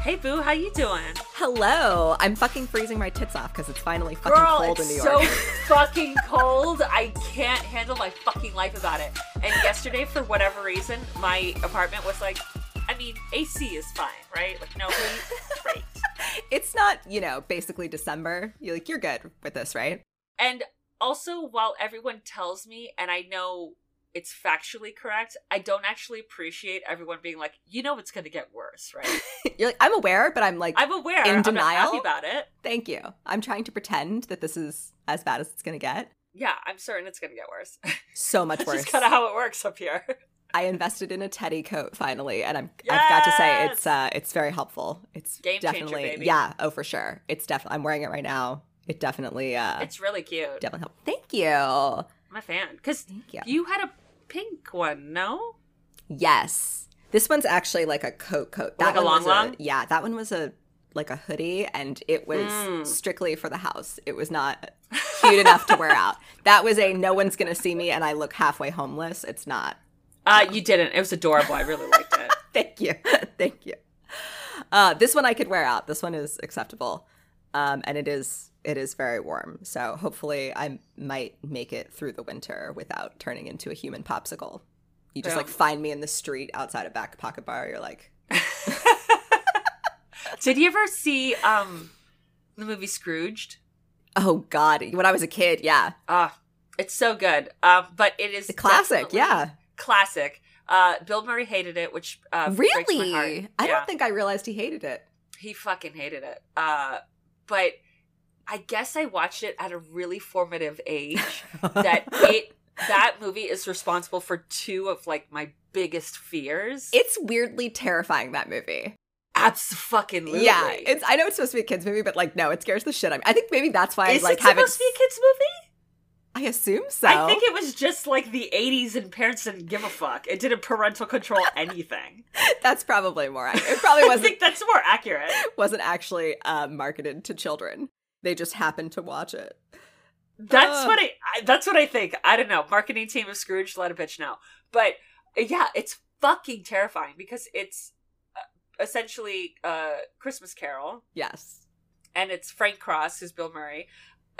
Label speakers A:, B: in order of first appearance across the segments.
A: Hey boo, how you doing?
B: Hello. I'm fucking freezing my tits off because it's finally fucking
A: Girl,
B: cold in
A: it's
B: New
A: so
B: York.
A: fucking cold. I can't handle my fucking life about it. And yesterday, for whatever reason, my apartment was like, I mean, AC is fine, right? Like no heat, great.
B: it's not, you know, basically December. You're like, you're good with this, right?
A: And also, while everyone tells me, and I know it's factually correct, I don't actually appreciate everyone being like, you know, it's going to get worse, right?
B: You're like, I'm aware, but I'm like,
A: I'm aware.
B: In
A: I'm not
B: denial?
A: happy about it.
B: thank you. I'm trying to pretend that this is as bad as it's gonna get.
A: Yeah, I'm certain it's going to get worse.
B: So much
A: That's
B: worse.
A: just kind of how it works up here.
B: I invested in a teddy coat finally, and I'm I've got to say
A: Yes!
B: it's uh it's very helpful. It's
A: Game changer,
B: definitely
A: baby.
B: yeah, oh for sure. It's definitely I'm wearing it right now. It definitely uh
A: It's really cute.
B: definitely helped. Thank you.
A: I'm a fan. Because
B: Thank you.
A: you had a pink one, no?
B: Yes. This one's actually like a coat coat.
A: Like a
B: one
A: long
B: was
A: long?
B: Yeah, that one was a like a hoodie and it was
A: Mm.
B: strictly for the house. It was not cute enough to wear out. That was a no one's gonna see me and I look halfway homeless. It's not.
A: Uh, you didn't. It was adorable. I really liked it.
B: Thank you. Thank you. Uh, this one I could wear out. This one is acceptable. Um, and it is it is very warm. So hopefully I might make it through the winter without turning into a human popsicle. You just
A: Yeah.
B: like find me in the street outside a back pocket bar, you're like
A: Did you ever see um the movie Scrooged?
B: Oh God! When I was a kid, yeah,
A: Ah, it's so good. Um, but it is
B: the classic,
A: definitely
B: yeah,
A: classic. Uh, Bill Murray hated it, which uh, breaks my
B: really.
A: heart.
B: I
A: Yeah.
B: don't think I realized he hated it.
A: He fucking hated it. Uh, but I guess I watched it at a really formative age. that it that movie is responsible for two of like my biggest fears.
B: it's weirdly terrifying that movie.
A: Absolutely.
B: Yeah, it's. I know it's supposed to be a kids movie, but like, no, it scares the shit out of me. I think maybe that's why
A: Is
B: I like
A: it
B: haven't.
A: supposed to be a kids movie?
B: I assume so.
A: I think it was just like the 80s and parents didn't give a fuck. It didn't parental control anything.
B: that's probably more. accurate. Oh, It probably
A: I
B: wasn't
A: think that's more accurate.
B: wasn't actually uh, marketed to children. They just happened to watch it.
A: That's
B: Uh.
A: what I, I that's what I think. I don't know. Marketing team of Scrooge let a bitch know. But uh, yeah, it's fucking terrifying because it's uh, essentially uh Christmas Carol
B: Yes.
A: and it's Frank Cross, who's Bill Murray,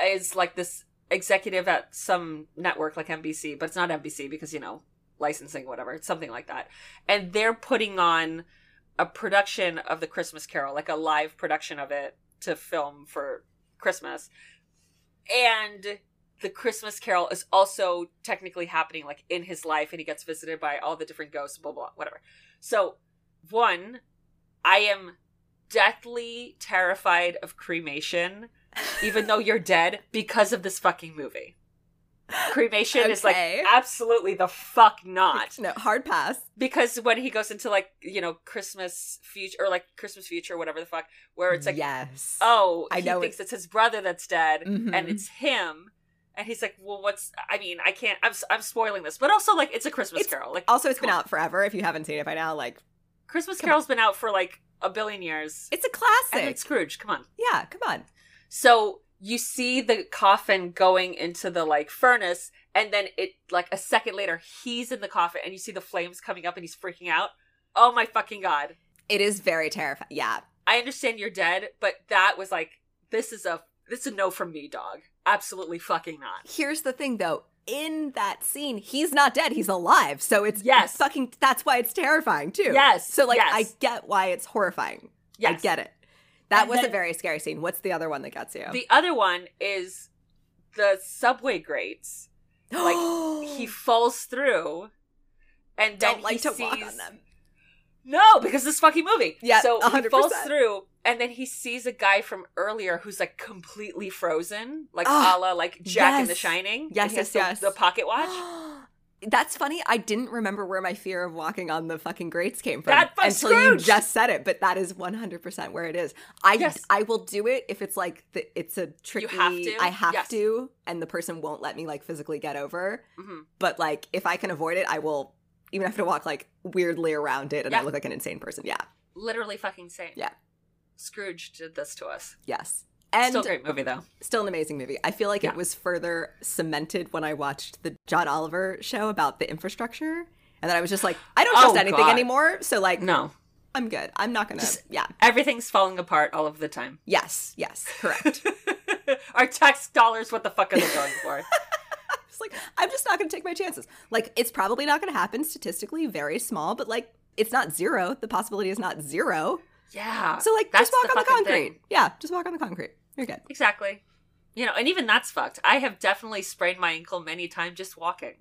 A: is like this executive at some network like NBC, but it's not NBC because, you know, licensing, whatever, it's something like that. And they're putting on a production of The Christmas Carol, like a live production of it to film for Christmas. And the Christmas Carol is also technically happening like in his life and he gets visited by all the different ghosts, blah, blah, whatever. So, one, I am deathly terrified of cremation, even though you're dead, because of this fucking movie. Cremation is like
B: Okay.
A: absolutely the fuck not.
B: No, hard pass.
A: Because when he goes into like, you know, Christmas future or like Christmas future, whatever the fuck, where it's like,
B: yes.
A: oh,
B: I
A: he
B: know
A: thinks it's his brother that's dead and
B: Mhm.
A: it's him. And he's like, well, what's, I mean, I can't, I'm, s- I'm spoiling this, but also like, it's a Christmas
B: It's-
A: carol. Like,
B: also it's been
A: come on.
B: out forever. If you haven't seen it by now, like
A: Christmas
B: come on.
A: carol's been out for like a billion years.
B: it's a
A: and
B: classic.
A: it's Scrooge, come on.
B: Yeah, come on.
A: So you see the coffin going into the like furnace, and then it like a second later he's in the coffin, and you see the flames coming up, and he's freaking out. Oh my fucking god!
B: It is very terrifying. Yeah.
A: I understand you're dead, but that was like this is a this is a no from me, dog. Absolutely fucking not.
B: Here's the thing though. In that scene, he's not dead, he's alive. So it's
A: Yes.
B: fucking that's why it's terrifying too.
A: Yes,
B: So like
A: yes.
B: I get why it's horrifying.
A: Yes.
B: I get it. That
A: And
B: was
A: then-
B: a very scary scene. What's the other one that gets you?
A: The other one is the subway grates.
B: like
A: He falls through, and then
B: don't like
A: he
B: to walk
A: sees-
B: on them.
A: No, because this fucking movie.
B: Yeah,
A: So he
B: 100%.
A: falls through, and then he sees a guy from earlier who's like completely frozen, like
B: Ah,
A: a la like Jack in The
B: yes.
A: Shining.
B: Yes,
A: and he has
B: yes,
A: the,
B: yes.
A: The pocket watch.
B: That's funny. I didn't remember where my fear of walking on the fucking grates came from
A: That fuck
B: until
A: Scrooge!
B: you just said it. But that is one hundred percent where it is. I
A: Yes.
B: I will do it if it's like the, it's a tricky.
A: have to?
B: I have
A: Yes.
B: to, and the person won't let me like physically get over.
A: hmm
B: But like if I can avoid it, I will. Even if I have to walk like weirdly around it, and I
A: Yeah.
B: look like an insane person. Yeah.
A: Literally fucking same.
B: Yeah.
A: Scrooge did this to us.
B: Yes. And
A: Still a great movie though.
B: still an amazing movie. I feel like
A: Yeah.
B: it was further cemented when I watched the John Oliver show about the infrastructure. And then I was just like, I don't
A: Oh,
B: trust anything
A: God.
B: anymore. So like
A: No.
B: I'm good. I'm not gonna.
A: Just-
B: yeah.
A: Everything's falling apart all of the time.
B: Yes. Yes. Correct.
A: Our tax dollars, what the fuck are they going for?
B: it's like I'm just not gonna take my chances. Like it's probably not gonna happen statistically. Very small, but like it's not zero. The possibility is not zero.
A: yeah.
B: So like
A: Uh, That's
B: just walk
A: the
B: on the
A: fucking
B: concrete.
A: thing.
B: Yeah. Just walk on the concrete. You're good.
A: Exactly. You know, and even that's fucked. I have definitely sprained my ankle many times just walking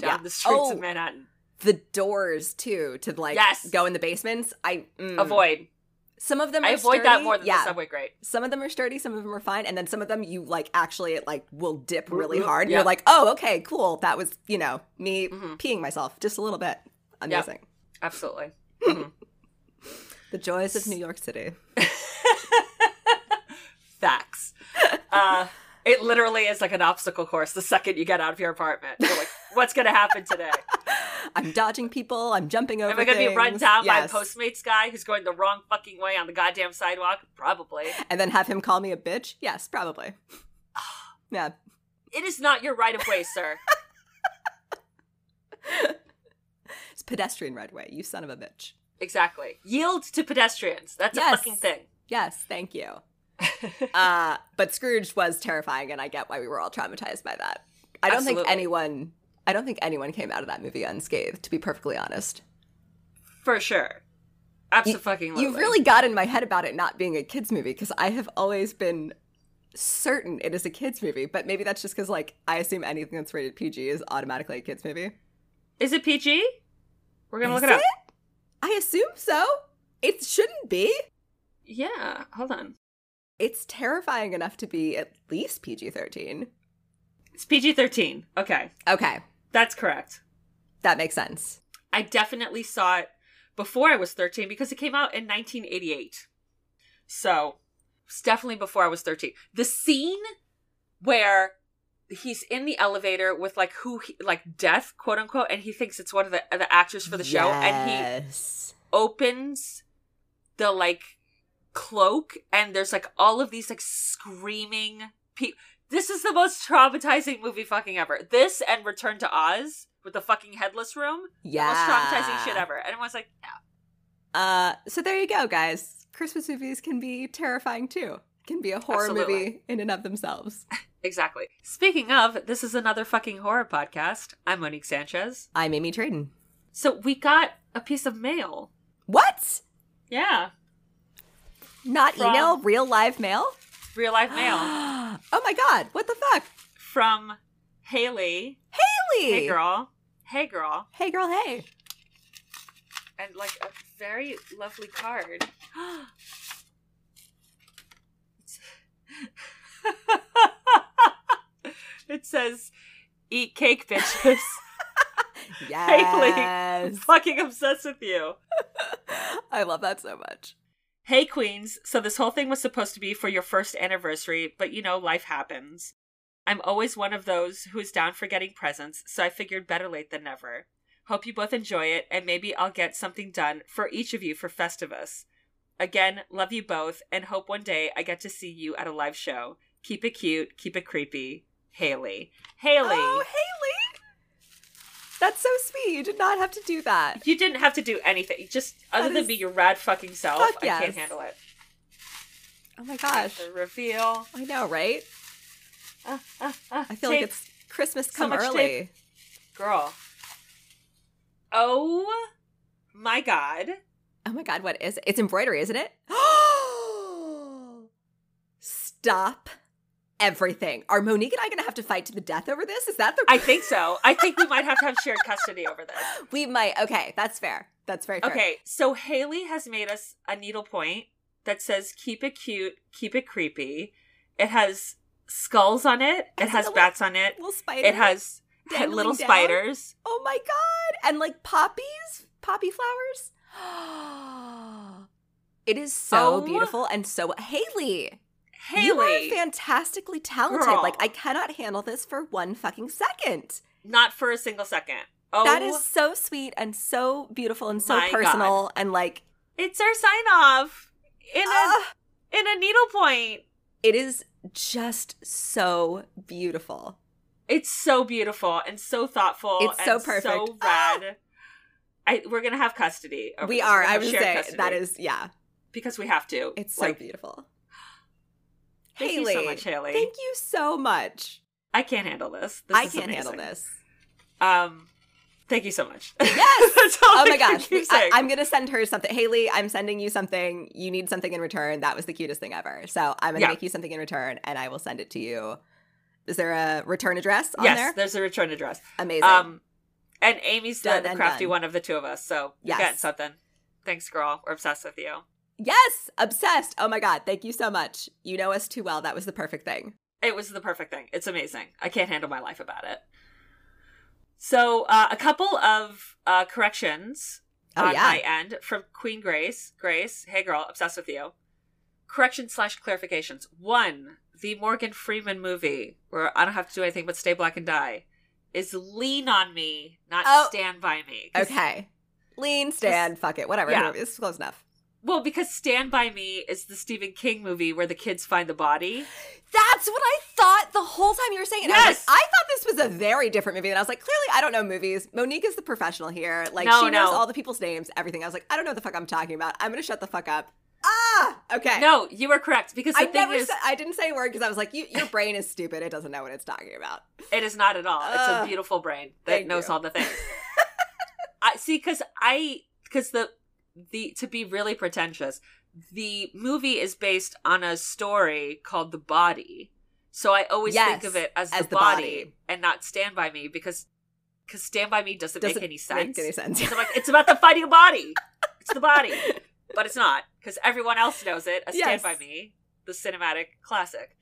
A: down
B: yeah.
A: the streets
B: oh,
A: of Manhattan.
B: the doors too to like
A: Yes.
B: go in the basements. I mm.
A: Avoid.
B: some of them. Are
A: I avoid that
B: sturdy.
A: more than
B: yeah.
A: the subway grate.
B: Some of them are sturdy, some of them are fine, and then some of them you like actually it like will dip really
A: Mhm.
B: hard. and
A: Yeah.
B: You're like, oh, okay, cool. That was you know me
A: Mhm.
B: peeing myself just a little bit. Amazing.
A: Absolutely.
B: The joys of New York City.
A: Facts. Uh, it literally is like an obstacle course the second you get out of your apartment. You're like, what's going to happen today?
B: I'm dodging people. I'm jumping over.
A: Am I going to be run
B: things.
A: down
B: Yes.
A: by a Postmates guy who's going the wrong fucking way on the goddamn sidewalk? Probably.
B: And then have him call me a bitch? Yes, probably. yeah.
A: It is not your right of way, sir.
B: It's pedestrian right away. You son of a bitch.
A: exactly. Yield to pedestrians. That's
B: Yes.
A: a fucking thing.
B: Yes, thank you. uh, but Scrooge was terrifying, and I get why we were all traumatized by that. I don't think
A: Absolutely.
B: anyone. I don't think anyone came out of that movie unscathed. To be perfectly honest,
A: For sure. Absolutely.
B: you've really got in my head about it not being a kids movie because I have always been certain it is a kids movie. But maybe that's just because like I assume anything that's rated PG is automatically a kids movie.
A: Is it PG? We're going to
B: Is
A: look it up.
B: it? I assume so. It shouldn't be.
A: Yeah. Hold on.
B: It's terrifying enough to be at least PG thirteen.
A: It's PG 13. Okay.
B: Okay,
A: That's correct.
B: that makes sense.
A: I definitely saw it before I was 13 because it came out in 1988. So, it's definitely before I was 13. The scene where he's in the elevator with like who he, like death quote unquote and he thinks it's one of the the actors for the show and he
B: he
A: opens the like cloak and there's like all of these like screaming people this is the most traumatizing movie fucking ever this and return to oz with the fucking headless room
B: yeah
A: most traumatizing shit ever. And everyone's like, yeah,
B: Uh, so there you go, guys. Christmas movies can be terrifying too. Can be a horror
A: Absolutely.
B: movie in and of themselves.
A: exactly. Speaking of, this is another fucking horror podcast. I'm Monique Sanchez.
B: I'm Amy Traden.
A: So we got a piece of mail.
B: What?
A: Yeah.
B: Not
A: From-
B: email, real live mail?
A: Real life mail
B: oh my god! What the fuck,
A: from Haley.
B: Haley?
A: Hey, girl. Hey, girl.
B: Hey, girl. Hey.
A: And like a very lovely card. it says, eat cake, bitches.
B: Yes.
A: Fucking obsessed with you.
B: I love that so much.
A: Hey Queens, so this whole thing was supposed to be for your first anniversary, but you know, life happens. I'm always one of those who is down for getting presents, so I figured better late than never. Hope you both enjoy it, and maybe I'll get something done for each of you for Festivus. Again, love you both, and hope one day I get to see you at a live show. Keep it cute, keep it creepy. Haley. Haley!
B: Oh, Haley. That's so sweet. You did not have to do that.
A: You didn't have to do anything. Just other than
B: is-
A: be your rad fucking self,
B: Fuck
A: I
B: yes.
A: can't handle it.
B: Oh my gosh.
A: The reveal.
B: I know, right?
A: Ah, ah, ah.
B: I feel like
A: Tape.
B: it's Christmas
A: So
B: come
A: much
B: early.
A: tape. girl. Oh my god.
B: Oh my god, what is it? It's embroidery, isn't it? Stop everything. Are Monique and I going to have to fight to the death over this? Is that the
A: I think so. I think we might have to have shared custody over this.
B: we might? Okay, that's fair. That's very fair.
A: Okay, so Haley has made us a needle point that says keep it cute, keep it creepy. It has skulls on it, it
B: Has
A: has
B: it a
A: bats on it,
B: Little spider.
A: it has
B: dangling
A: little
B: down?
A: spiders.
B: Oh my god. And like poppies, poppy flowers. it is so
A: Oh.
B: beautiful and so Haley. You
A: Haley,
B: are fantastically talented.
A: Girl.
B: Like I cannot handle this for one fucking second.
A: not for a single second. Oh,
B: That is so sweet and so beautiful and so
A: My God.
B: personal and like
A: it's our sign off in a
B: ah,
A: in a needle point.
B: it is just so beautiful.
A: It's so beautiful and so thoughtful.
B: It's so
A: and
B: perfect. Ah!
A: So rad. I, we're gonna have custody. over
B: we
A: this.
B: are.
A: We're gonna
B: I
A: have
B: would
A: shared
B: say
A: custody
B: that is yeah.
A: because we have to.
B: It's so
A: like,
B: beautiful.
A: thank
B: Haley,
A: you so much, Haley.
B: Thank you so much.
A: I can't handle this. this
B: I
A: is
B: can't handle
A: amazing.
B: this.
A: Um, thank you so much.
B: Yes!
A: That's all
B: Oh
A: I
B: my
A: can
B: gosh.
A: keep
B: I,
A: saying.
B: I'm going to send her something. Haley, I'm sending you something. You need something in return. That was the cutest thing ever. So I'm going to
A: Yeah.
B: make you something in return and I will send it to you. Is there a return address on
A: yes,
B: there?
A: there's a return address.
B: Amazing.
A: Um, and Amy's
B: Done
A: the, the
B: and
A: crafty
B: done.
A: one of the two of us, so
B: Yes.
A: you got something. Thanks, girl. We're obsessed with you.
B: yes. Obsessed. Oh my God. Thank you so much. You know us too well. That was the perfect thing.
A: It was the perfect thing. It's amazing. I can't handle my life about it. So, uh, a couple of uh, corrections
B: Oh,
A: on
B: yeah.
A: my end from Queen Grace. Grace, hey girl, obsessed with you. Correction slash clarifications. One, the Morgan Freeman movie where I don't have to do anything but stay black and die is Lean on Me, not
B: Oh.
A: Stand by Me. 'Cause-
B: Okay. Lean, stand, fuck it. Whatever.
A: Yeah.
B: It's close enough.
A: Well, because Stand by Me is the Stephen King movie where the kids find the body.
B: That's what I thought the whole time you were saying it. I, was
A: Yes!
B: like, I thought this was a very different movie. And I was like, clearly, I don't know movies. Monique is the professional here. Like,
A: No,
B: she knows
A: no.
B: all the people's names, everything. I was like, I don't know what the fuck I'm talking about. I'm going to shut the fuck up. Ah, okay.
A: No, you were correct because the
B: I
A: thing
B: never.
A: is,
B: said, I didn't say a word because I was like, you, your brain is stupid. It doesn't know what it's talking about.
A: It is not at all. It's
B: Ugh.
A: a beautiful brain
B: Thank
A: that knows
B: you.
A: all the things. I see cuz I cuz the the to be really pretentious, the movie is based on a story called The Body. So I always
B: Yes,
A: think of it as,
B: as
A: the,
B: The
A: body,
B: Body.
A: and not Stand by Me because cuz Stand by Me doesn't,
B: Doesn't
A: make any sense.
B: Make any sense?
A: So I'm like it's about the fighting a body. It's the body. But it's not cuz everyone else knows it as
B: Yes.
A: Stand by Me, the cinematic classic.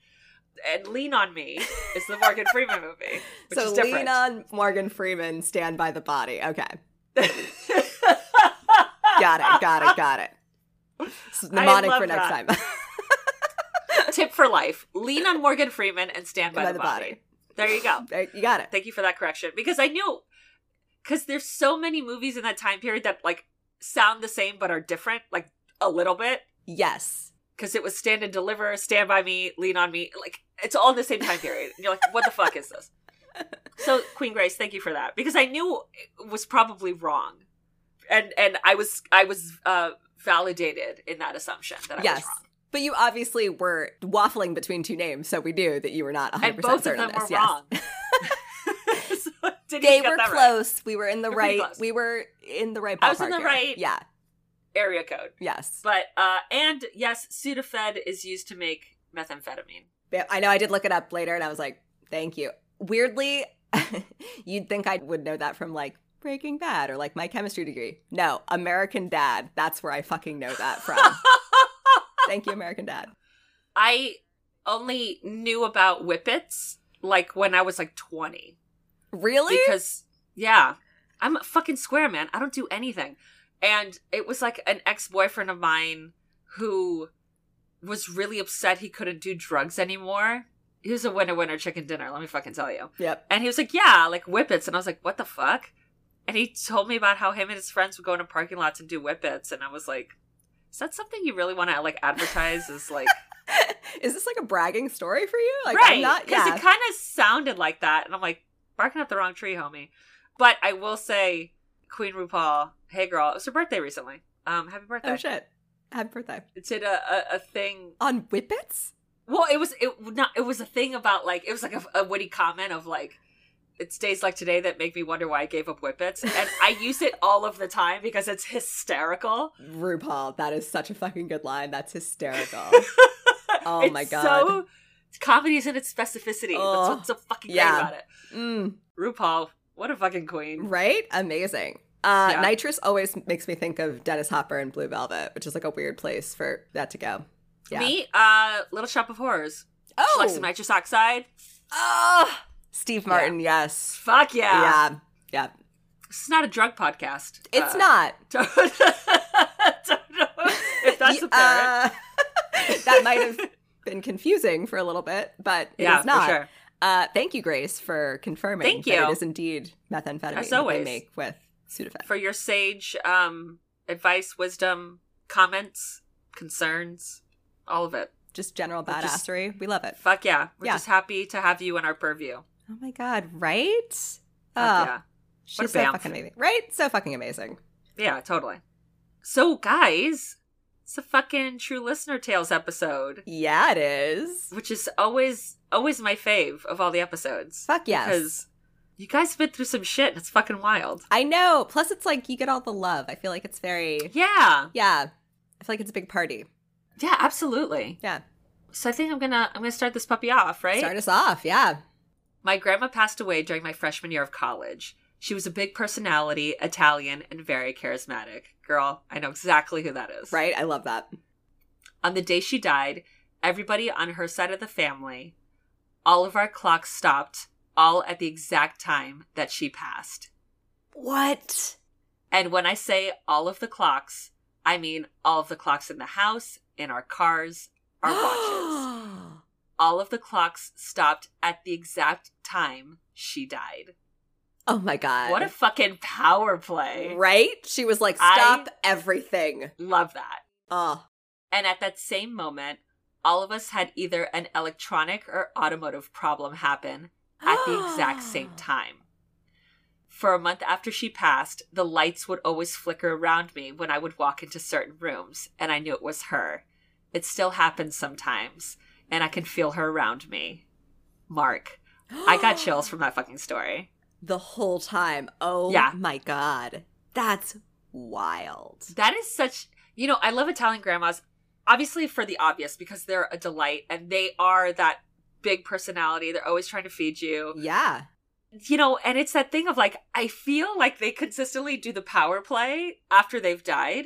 A: And Lean on Me is the Morgan Freeman movie, which
B: so
A: is different.
B: lean on Morgan Freeman. Stand by the body. Okay,
A: got
B: got it.
A: it.
B: Got it. Got it. It's mnemonic for
A: love
B: next
A: that.
B: time.
A: Tip for life: lean on Morgan Freeman and stand by, the, body. There you go.
B: There- you got it.
A: Thank you for that correction because I knew because there's so many movies in that time period that like sound the same but are different, like a little bit.
B: Yes.
A: Because it was stand and deliver, stand by me, lean on me. Like it's all in the same time period. And you're like, what the fuck is this? So Queen Grace, thank you for that because I knew it was probably wrong, and and I was I was uh, validated in that assumption that I was
B: yes.
A: wrong.
B: But you obviously were waffling between two names, so we knew that you were not 100%
A: and both of
B: certain
A: them
B: on
A: were
B: this. yes.
A: wrong. So I didn't
B: They
A: even get
B: were
A: that right.
B: close. We were in the
A: We're pretty
B: right.
A: close.
B: We were in the right. Ballpark
A: I was in the
B: here.
A: right-
B: Yeah.
A: area code.
B: Yes.
A: But uh, and yes, Sudafed is used to make methamphetamine.
B: But I know. I did look it up later, and I was like, "Thank you." Weirdly, you'd think I would know that from like Breaking Bad or like my chemistry degree. No, American Dad. That's where I fucking know that from. Thank you, American Dad.
A: I only knew about whippets like when I was like twenty
B: Really?
A: because yeah, I'm a fucking square man. I don't do anything, and it was like an ex boyfriend of mine who was really upset he couldn't do drugs anymore. He was a winner winner chicken dinner. Let me fucking tell you.
B: yep.
A: And he was like, Yeah, like whippets. And I was like, What the fuck? And he told me about how him and his friends would go into parking lots and do whippets. And I was like, Is that something you really want to like advertise? Is like,
B: Is this like a bragging story for you? Like, I'm
A: right.
B: not.
A: Because
B: Yeah.
A: it kind of sounded like that. And I'm like, Barking up the wrong tree, homie. But I will say, Queen RuPaul, hey girl, it was her birthday recently. Um, happy birthday.
B: Oh shit! Happy birthday.
A: Did a, a, a thing
B: On whippets?
A: Well, it was it not it was a thing about like it was like a, a witty comment of like it's days like today that make me wonder why I gave up whippets, and I use it all of the time because it's hysterical.
B: RuPaul, that is such a fucking good line. That's hysterical. Oh
A: It's
B: my
A: So
B: God.
A: comedy's in its specificity. That's
B: Ugh.
A: what's so fucking
B: Yeah.
A: great about it.
B: Mm,
A: RuPaul, what a fucking queen.
B: right? Amazing. Uh,
A: Yeah.
B: Nitrous always makes me think of Dennis Hopper and Blue Velvet, which is like a weird place for that to go. Yeah.
A: Me, uh, Little Shop of Horrors. She likes some
B: Oh,
A: nitrous oxide.
B: oh, Steve Martin. Yes.
A: Fuck yeah.
B: Yeah. Yeah.
A: It's not a drug podcast.
B: It's
A: Uh,
B: not.
A: Don't, don't know if that's
B: Y-
A: a parent.
B: uh, that might have been confusing for a little bit, but it's
A: yeah,
B: not.
A: for sure.
B: Uh, thank you, Grace, for confirming.
A: Thank
B: That
A: you.
B: it is indeed methamphetamine
A: As
B: that they
A: always.
B: make with Sudafed.
A: for your sage um, advice, wisdom, comments, concerns, all of it.
B: Just general
A: We're just-
B: badassery. we love it.
A: Fuck yeah. We're
B: Yeah.
A: just happy to have you in our purview.
B: Oh my god! Right?
A: Fuck
B: Ah,
A: yeah.
B: she's
A: a
B: so
A: bamf.
B: fucking amazing. Right? So fucking amazing.
A: Yeah, totally. So, guys, it's a fucking True Listener Tales episode,
B: Yeah, it is.
A: which is always always my fave of all the episodes.
B: Fuck yes.
A: Because you guys have been through some shit and it's fucking wild.
B: I know. Plus, it's like you get all the love. I feel like it's very,
A: Yeah.
B: yeah. I feel like it's a big party.
A: Yeah, absolutely.
B: Yeah.
A: So I think I'm gonna I'm gonna start this puppy off, right?
B: Start us off. Yeah.
A: My grandma passed away during my freshman year of college. She was a big personality, Italian, and very charismatic. Girl, I know exactly who that is.
B: Right. I love that.
A: On the day she died, everybody on her side of the family, all of our clocks stopped, all at the exact time that she passed.
B: What?
A: And when I say all of the clocks, I mean all of the clocks in the house, in our cars, our watches. All of the clocks stopped at the exact time she died.
B: Oh my god.
A: What a fucking power play.
B: right? She was like,
A: I-
B: stop everything.
A: Love that.
B: Oh.
A: And at that same moment, all of us had either an electronic or automotive problem happen at the exact same time. For a month after she passed, the lights would always flicker around me when I would walk into certain rooms, and I knew it was her. It still happens sometimes, and I can feel her around me. Mark. I got chills from that fucking story.
B: the whole time. Oh
A: Yeah.
B: my god. That's wild.
A: That is such, you know, I love Italian grandmas, obviously for the obvious, because they're a delight and they are that big personality. They're always trying to feed you,
B: Yeah.
A: you know, and it's that thing of like, I feel like they consistently do the power play after they've died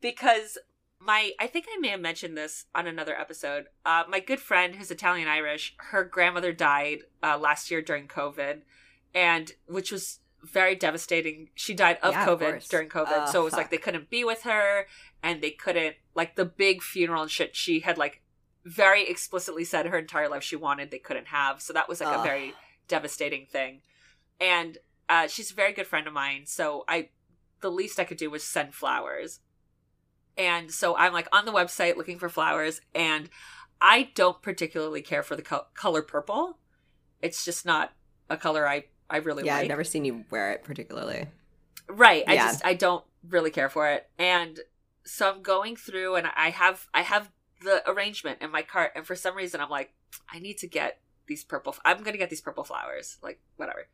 A: because my, I think I may have mentioned this on another episode. Uh, my good friend who's Italian Irish, her grandmother died uh, last year during COVID and which was very devastating. She died of
B: Yeah, of
A: COVID
B: course.
A: during COVID,
B: Oh,
A: so it was
B: fuck.
A: like they couldn't be with her, and they couldn't like the big funeral and shit. She had like very explicitly said her entire life she wanted they couldn't have, so that was like a
B: Ugh.
A: very devastating thing. And uh, she's a very good friend of mine, so I the least I could do was send flowers. And so I'm like on the website looking for flowers, and I don't particularly care for the co- color purple. It's just not a color I I really
B: yeah,
A: like.
B: I've never seen you wear it particularly.
A: Right. I
B: Yeah.
A: just I don't really care for it. And so I'm going through and I have I have the arrangement in my cart and for some reason I'm like I need to get these purple I'm going to get these purple flowers, like whatever.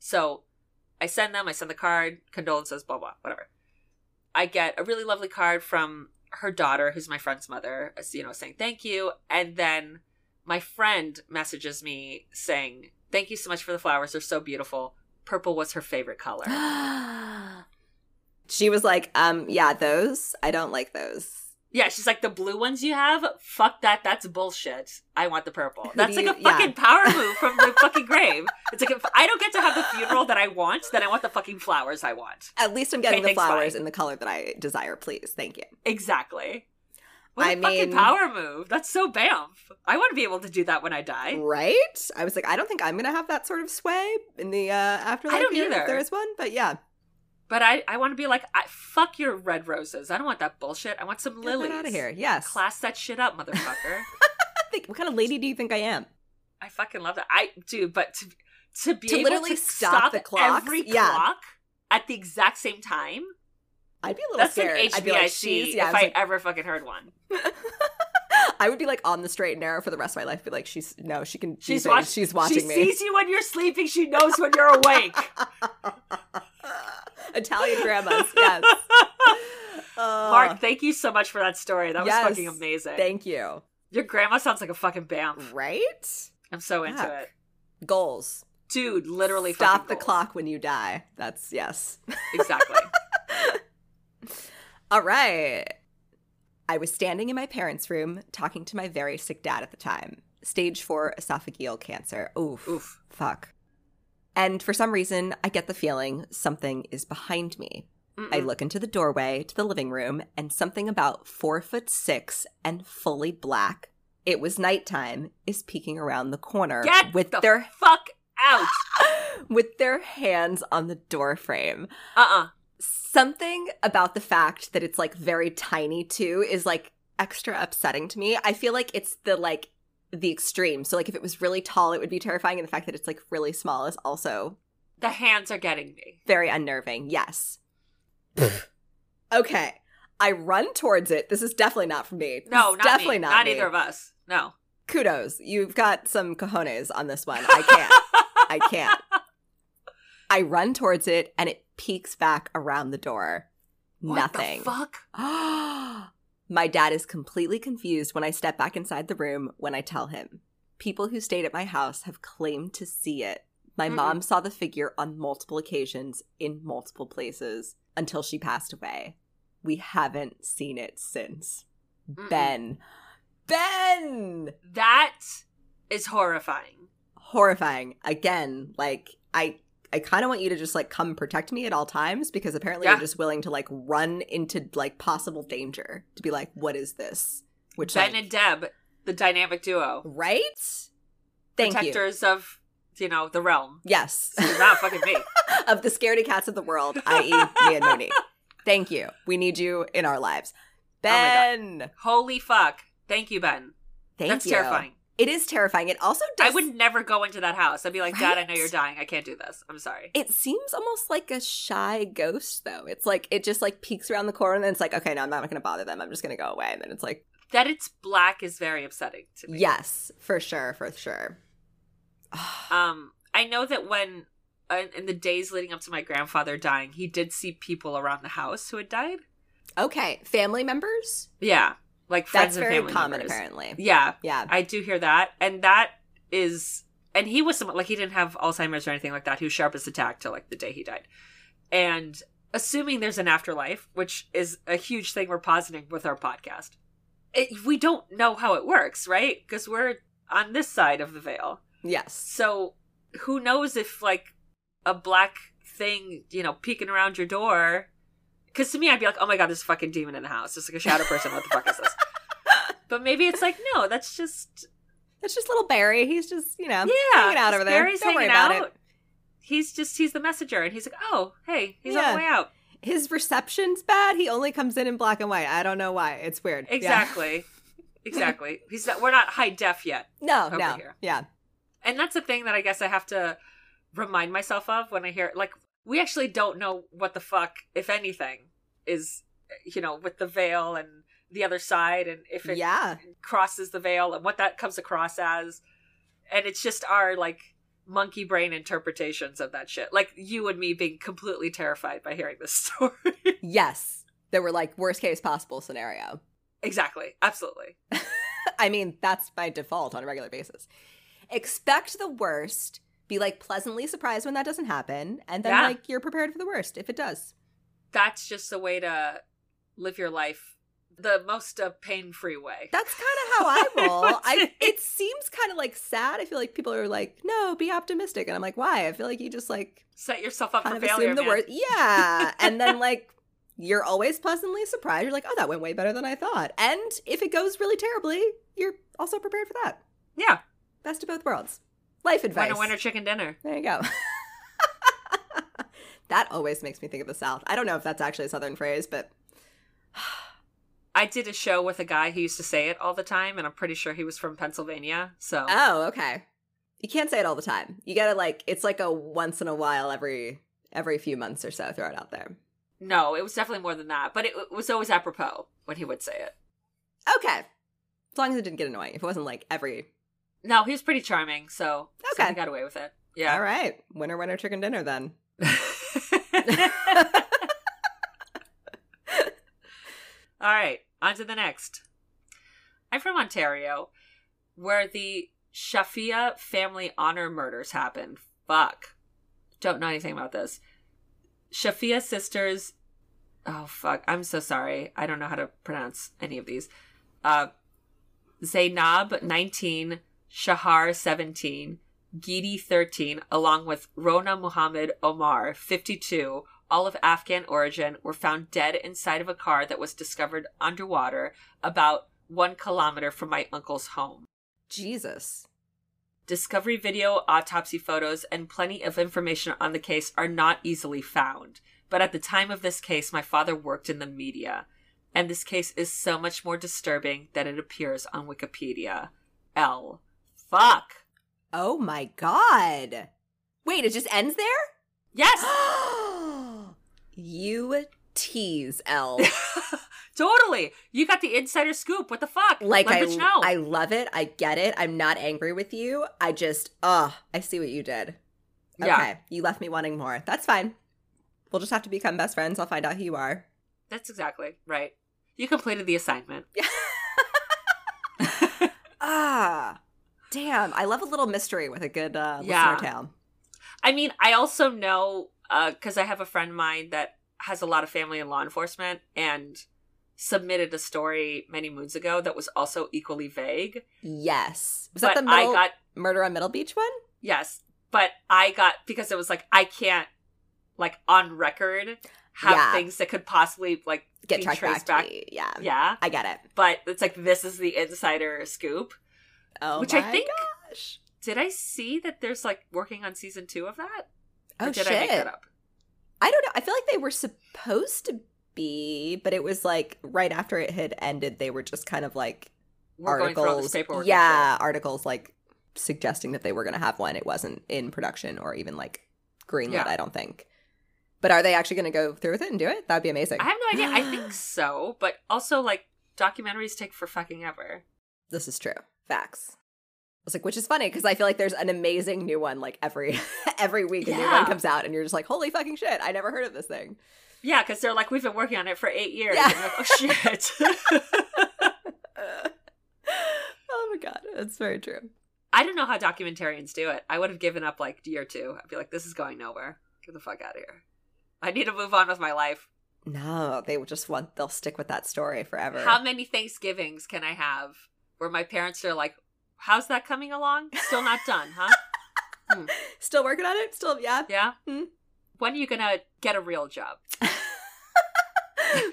A: So I send them, I send the card, condolences, blah blah, whatever. I get a really lovely card from her daughter who's my friend's mother, as- you know, saying thank you and then my friend messages me saying, "Thank you so much for the flowers. They're so beautiful. Purple was her favorite color."
B: she was like, um, yeah, those. I don't like those.
A: Yeah, she's like the blue ones you have. Fuck that. That's bullshit. I want the purple.
B: do
A: That's like
B: you-
A: a fucking power move from the fucking grave. It's like if I don't get to have the funeral that I want, then I want the fucking flowers I want.
B: At least I'm getting
A: Okay,
B: the
A: thanks,
B: flowers
A: bye.
B: in the color that I desire, please. Thank you.
A: Exactly. What a
B: I
A: fucking
B: mean-
A: power move. That's so bamf. I want to be able to do that when I die.
B: Right? I was like, I don't think I'm gonna have that sort of sway in the uh afterlife.
A: I don't
B: here,
A: either.
B: If there is one, but yeah.
A: But I, I want to be like, I, fuck your red roses. I don't want that bullshit. I want some
B: Get
A: lilies.
B: out of here. Yes.
A: Class that shit up, motherfucker.
B: I think, what kind of lady do you think I am?
A: I fucking love that. I do, but to to be
B: To
A: able
B: literally
A: to
B: stop
A: stop,
B: the clocks?
A: every
B: Yeah.
A: clock at the exact same time.
B: I'd be a little
A: That's an
B: scared.
A: HBIC
B: I'd be like, she's yeah,
A: if
B: I,
A: I,
B: was like-
A: ever fucking heard one.
B: I would be like on the straight and narrow for the rest of my life. Be like, she's no, she can. do
A: She's
B: things.
A: watching.
B: She's watching
A: She
B: me. Uh-huh.
A: sees you when you're sleeping. She knows when you're awake.
B: Italian grandmas. Yes. Uh,
A: Mark, thank you so much for that story. That
B: Yes.
A: was fucking amazing.
B: thank you.
A: Your grandma sounds like a fucking bamf.
B: Right?
A: I'm so into
B: Fuck.
A: it,
B: Goals.
A: dude. Literally,
B: stop
A: fucking
B: the
A: goals.
B: clock when you die. That's yes.
A: Exactly.
B: All right. I was standing in my parents' room talking to my very sick dad at the time. Stage four esophageal cancer. Oof.
A: Oof.
B: Fuck. And for some reason, I get the feeling something is behind me. I
A: Mm-mm.
B: look into the doorway to the living room, and something about four foot six and fully black. It was nighttime. Is peeking around the corner
A: Get
B: with
A: the
B: their
A: fuck out.
B: with their hands on the door frame.
A: Uh uh
B: Something about the fact that it's like very tiny too is like extra upsetting to me. I feel like it's the like the extreme. So like if it was really tall, it would be terrifying, and the fact that it's like really small is also
A: The hands are getting me.
B: very unnerving. Yes. okay. I run towards it. This is definitely not for me. This
A: No,
B: is
A: not
B: definitely
A: me.
B: not
A: Not
B: me.
A: either of us. No.
B: Kudos, you've got some cojones on this one. I can't. I can't. I run towards it, and it peeks back around the door.
A: What the
B: Nothing.
A: fuck?
B: my dad is completely confused when I step back inside the room when I tell him. People who stayed at my house have claimed to see it. My
A: Mhm.
B: mom saw the figure on multiple occasions in multiple places until she passed away. We haven't seen it since.
A: Mm-mm.
B: Ben. Ben!
A: That is horrifying.
B: Horrifying. Again, like I I kind of want you to just like come protect me at all times because apparently
A: Yeah.
B: you're just willing to like run into like possible danger to be like what is this? Which
A: ben
B: like,
A: and Deb, the dynamic duo,
B: right? Thank you.
A: protectors of you know the realm.
B: Yes.
A: This is not fucking me.
B: of the scaredy cats of the world, i.e. me and Monique. Thank you. We need you in our lives.
A: Oh my God.
B: Ben.
A: Holy fuck! Thank you, Ben.
B: Thank
A: That's
B: you.
A: terrifying.
B: It is terrifying. It also does
A: I would never go into that house. I'd be like, Dad, I know
B: Right?
A: you're dying. I can't do this. I'm sorry.
B: it seems almost like a shy ghost though it's like it just like peeks around the corner and then it's like okay no i'm not gonna bother them i'm just gonna go away and then it's like
A: that it's black is very upsetting to me.
B: yes for sure for sure
A: Um, I know that when uh, in the days leading up to my grandfather dying, he did see people around the house who had died.
B: okay family members
A: Yeah, like friends
B: that's
A: and
B: very
A: family
B: common
A: members.
B: apparently
A: Yeah,
B: yeah
A: I do hear that, and that is, and he was someone like he didn't have Alzheimer's or anything like that. He was sharp as a tack till like the day he died, and assuming there's an afterlife, which is a huge thing we're positing with our podcast, it, we don't know how it works, right? Because we're on this side of the veil,
B: yes
A: so who knows if like a black thing, you know, peeking around your door. Because to me, I'd be like, oh my god, there's a fucking demon in the house. It's like a shadow person. What the fuck is this? But maybe it's like, no, that's just
B: it's just little barry he's just you know
A: yeah,
B: hanging out over there.
A: Barry's
B: Don't worry
A: hanging
B: about
A: out. He's just he's the messenger, and he's like, oh, hey, he's on
B: Yeah.
A: the way out.
B: his reception's bad he only comes in in black and white i don't know why it's weird Yeah.
A: Exactly, exactly. He's not, we're not high def yet,
B: no
A: Over
B: no
A: here.
B: yeah
A: and that's the thing that I guess I have to remind myself of when I hear like we actually don't know what the fuck, if anything, is you know with the veil and the other side, and if it
B: yeah
A: crosses the veil and what that comes across as and it's just our like monkey brain interpretations of that shit like you and me being completely terrified by hearing this story
B: yes that were like worst case possible scenario
A: exactly absolutely
B: I mean, that's my default on a regular basis. Expect the worst, be like pleasantly surprised when that doesn't happen, and then
A: Yeah.
B: like you're prepared for the worst if it does.
A: that's just a way to live your life the most uh, pain-free way
B: That's kind of how I roll. I
A: What's
B: it seems kind of like sad. I feel like people are like, "No, be optimistic." And I'm like, "Why?" I feel like you just like
A: set yourself up
B: kind
A: for
B: of
A: failure
B: assume the
A: man.
B: worst. Yeah. and then like you're always pleasantly surprised. You're like, "Oh, that went way better than I thought." And if it goes really terribly, you're also prepared for that.
A: yeah
B: Best of both worlds. Life advice.
A: winner winner chicken dinner
B: There you go. that always makes me think of the South. I don't know if that's actually a Southern phrase, but
A: i did a show with a guy who used to say it all the time and i'm pretty sure he was from pennsylvania so
B: oh, okay. You can't say it all the time. You gotta like it's like a once in a while every every few months or so. Throw it out there.
A: no it was definitely more than that but it, it was always apropos when he would say it
B: Okay, as long as it didn't get annoying. If it wasn't like every
A: No, he was pretty charming, so so
B: Okay.
A: he got away with it. Yeah.
B: all right, winner winner chicken dinner then.
A: All right, on to the next. I'm from Ontario, where the Shafia family honor murders happened. Fuck. Don't know anything about this. Shafia sisters. Oh, fuck. I'm so sorry. I don't know how to pronounce any of these. Uh, Zainab, 19, Shahar, 17, Gidi, 13, along with Rona Muhammad Omar, 52, all of Afghan origin, were found dead inside of a car that was discovered underwater about one kilometer from my uncle's home.
B: Jesus.
A: Discovery video, autopsy photos, and plenty of information on the case are not easily found. But at the time of this case, my father worked in the media, and this case is so much more disturbing than it appears on Wikipedia. L. Fuck.
B: Oh my God. Wait, it just ends there.
A: Yes.
B: you tease L.
A: totally. You got the insider scoop. What the fuck?
B: Like
A: Let
B: I,
A: bitch know.
B: I love it. I get it. I'm not angry with you. I just, uh, I see what you did. Okay,
A: Yeah.
B: you left me wanting more. That's fine. We'll just have to become best friends. I'll find out who you are.
A: That's exactly right. You completed the assignment.
B: Ah, damn. I love a little mystery with a good uh,
A: Yeah.
B: listener tale.
A: I mean, I also know because I have a friend of mine that has a lot of family in law enforcement and submitted a story many moons ago that was also equally vague.
B: Yes. Was
A: but
B: that the
A: I
B: middle,
A: got
B: murder on Middle Beach one?
A: yes, but I got because it was like I can't like on record have
B: Yeah. Um,
A: things that could possibly like
B: Get
A: be
B: tracked
A: traced
B: back.
A: back.
B: to- yeah.
A: yeah,
B: I get it.
A: but it's like this is the insider scoop.
B: Oh,
A: Which I
B: my
A: think-
B: gosh.
A: Did I see that there's like working on season two of that?
B: Oh
A: or did
B: shit.
A: I make that up?
B: I don't know. I feel like they were supposed to be, but it was like right after it had ended, they were just kind of like
A: We're
B: articles.
A: going through all this paperwork. and shit.
B: yeah, articles like suggesting that they were going to have one. It wasn't in production or even like greenlit.
A: Yeah.
B: I don't think. But are they actually going to go through with it and do it? That'd be amazing.
A: I have no idea. I think so, but also like documentaries take for fucking ever.
B: this is true. Facts. I was like, which is funny because I feel like there's an amazing new one like every every week a new one
A: Yeah.
B: comes out, and you're just like, holy fucking shit! I never heard of this thing.
A: Yeah, because they're like, we've been working on it for eight years.
B: Yeah.
A: And you're like, oh shit.
B: oh my god, that's very true.
A: I don't know how documentarians do it. I would have given up like year two. I'd be like, this is going nowhere. Get the fuck out of here. I need to move on with my life.
B: No, they will just want they'll stick with that story forever.
A: How many Thanksgivings can I have where my parents are like, how's that coming along? Still not done, huh?
B: Still working on it? Still yeah.
A: Yeah.
B: Hmm.
A: When are you going to get a real job?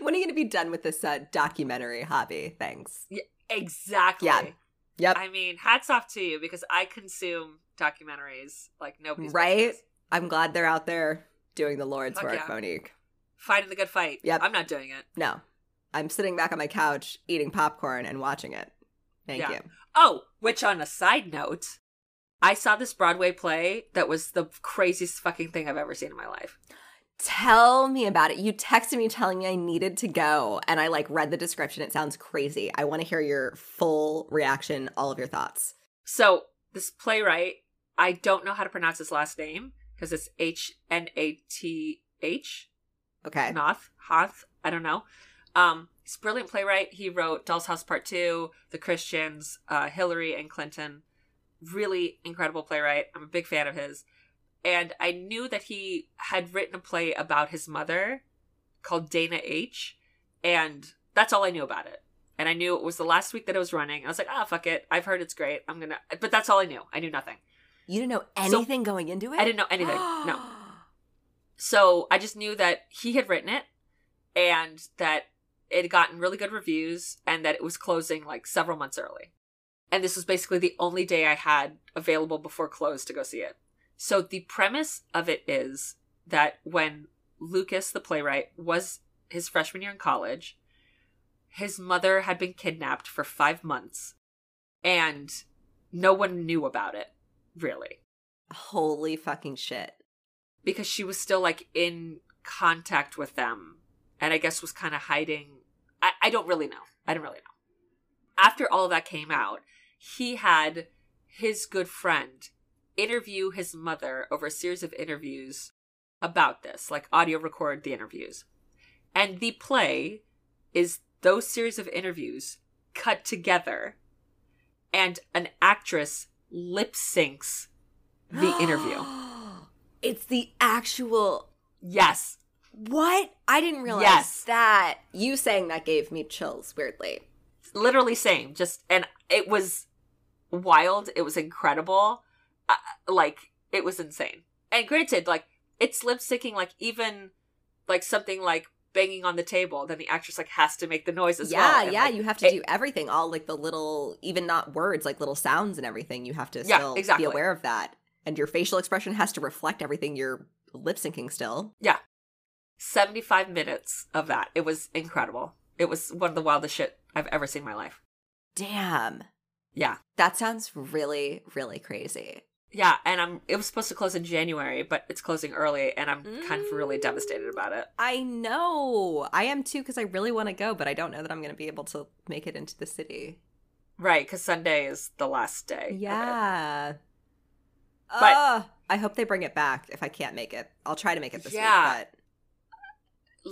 B: when are you gonna be done with this uh, documentary hobby? Thanks.
A: Exactly.
B: Yeah. Yep.
A: I mean, hats off to you because I consume documentaries like nobody's
B: Right?
A: business.
B: I'm glad they're out there doing the Lord's
A: Fuck
B: work,
A: yeah.
B: Monique.
A: Fighting the good fight.
B: Yep.
A: I'm not doing it.
B: No. I'm sitting back on my couch eating popcorn and watching it. Thank
A: Yeah.
B: you.
A: Oh, which on a side note, I saw this Broadway play that was the craziest fucking thing I've ever seen in my life.
B: Tell me about it. You texted me telling me I needed to go, and I like read the description. It sounds crazy. I want to hear your full reaction, all of your thoughts.
A: So this playwright, I don't know how to pronounce his last name because it's H N A T H
B: Okay.
A: Noth Hoth. I don't know. Um, he's a brilliant playwright. He wrote Doll's House Part Two, The Christians, uh, Hillary and Clinton. Really incredible playwright. I'm a big fan of his. And I knew that he had written a play about his mother called Dana H. And that's all I knew about it. And I knew it was the last week that it was running. I was like, ah, fuck it. I've heard it's great. I'm gonna. But that's all I knew. I knew nothing.
B: You didn't know
A: So-
B: anything going into it?
A: I didn't know anything. No. So I just knew that he had written it and that it had gotten really good reviews and that it was closing like several months early. And this was basically the only day I had available before close to go see it. So the premise of it is that when Lucas, the playwright, was his freshman year in college, his mother had been kidnapped for five months and no one knew about it, really
B: Holy fucking shit.
A: because she was still like in contact with them and i guess was kind of hiding I, I don't really know i don't really know after all that came out he had his good friend interview his mother over a series of interviews about this like audio record the interviews and the play is those series of interviews cut together and an actress lip syncs the interview
B: It's the actual
A: yes
B: what? I didn't realize
A: Yes.
B: that. You saying that gave me chills, weirdly.
A: literally same just and it was wild it was incredible uh, like it was insane and granted like it's lip syncing like even like something like banging on the table then the actress like has to make the noise as
B: yeah,
A: well and,
B: yeah.
A: like,
B: you have to
A: it-
B: do everything, all like the little, even not words, like little sounds and everything. You have to
A: Yeah,
B: still
A: exactly.
B: be aware of that. And your facial expression has to reflect everything you're lip syncing still.
A: 75 minutes of that it was incredible it was one of the wildest shit i've ever seen in my life
B: Damn.
A: yeah
B: That sounds really, really crazy.
A: Yeah, and I'm it was supposed to close in January, but it's closing early and I'm kind of
B: Mm.
A: really devastated about it.
B: I know. I am too because I really want to go, but I don't know that I'm going to be able to make it into the city.
A: Right, cuz Sunday is the last day. of it.
B: Yeah.
A: But-
B: Ugh. I hope they bring it back if I can't make it. I'll try to make it this
A: Yeah.
B: week.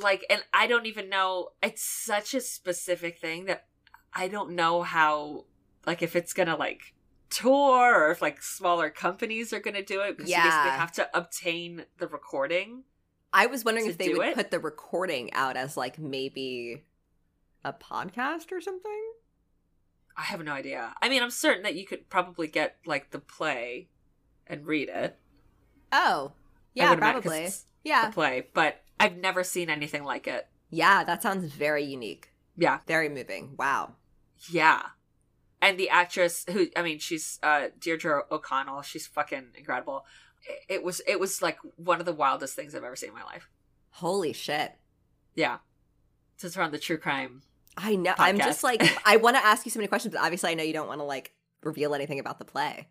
A: Like and I don't even know it's such a specific thing that I don't know how like if it's going to like tour or if like smaller companies are going to do it because I guess
B: Yeah.
A: they have to obtain the recording.
B: But I was wondering
A: To
B: if they
A: do
B: would
A: it?
B: put the recording out as like maybe a podcast or something.
A: I have no idea. I mean, I'm certain that you could probably get like the play and read it.
B: Oh,
A: I
B: yeah,
A: would imagine, 'cause
B: probably.
A: it's
B: Yeah,
A: The play, but I've never seen anything like it.
B: yeah. That sounds very unique,
A: Yeah.
B: very moving. Wow.
A: Yeah. And the actress who I mean, she's uh Deirdre O'Connell, she's fucking incredible. I- It was it was like one of the wildest things I've ever seen in my life.
B: Holy shit.
A: Yeah. Since we're on the true crime.
B: I know. I'm
A: podcast.
B: just like I want to ask you so many questions, but obviously I know you don't want to like reveal anything about the play.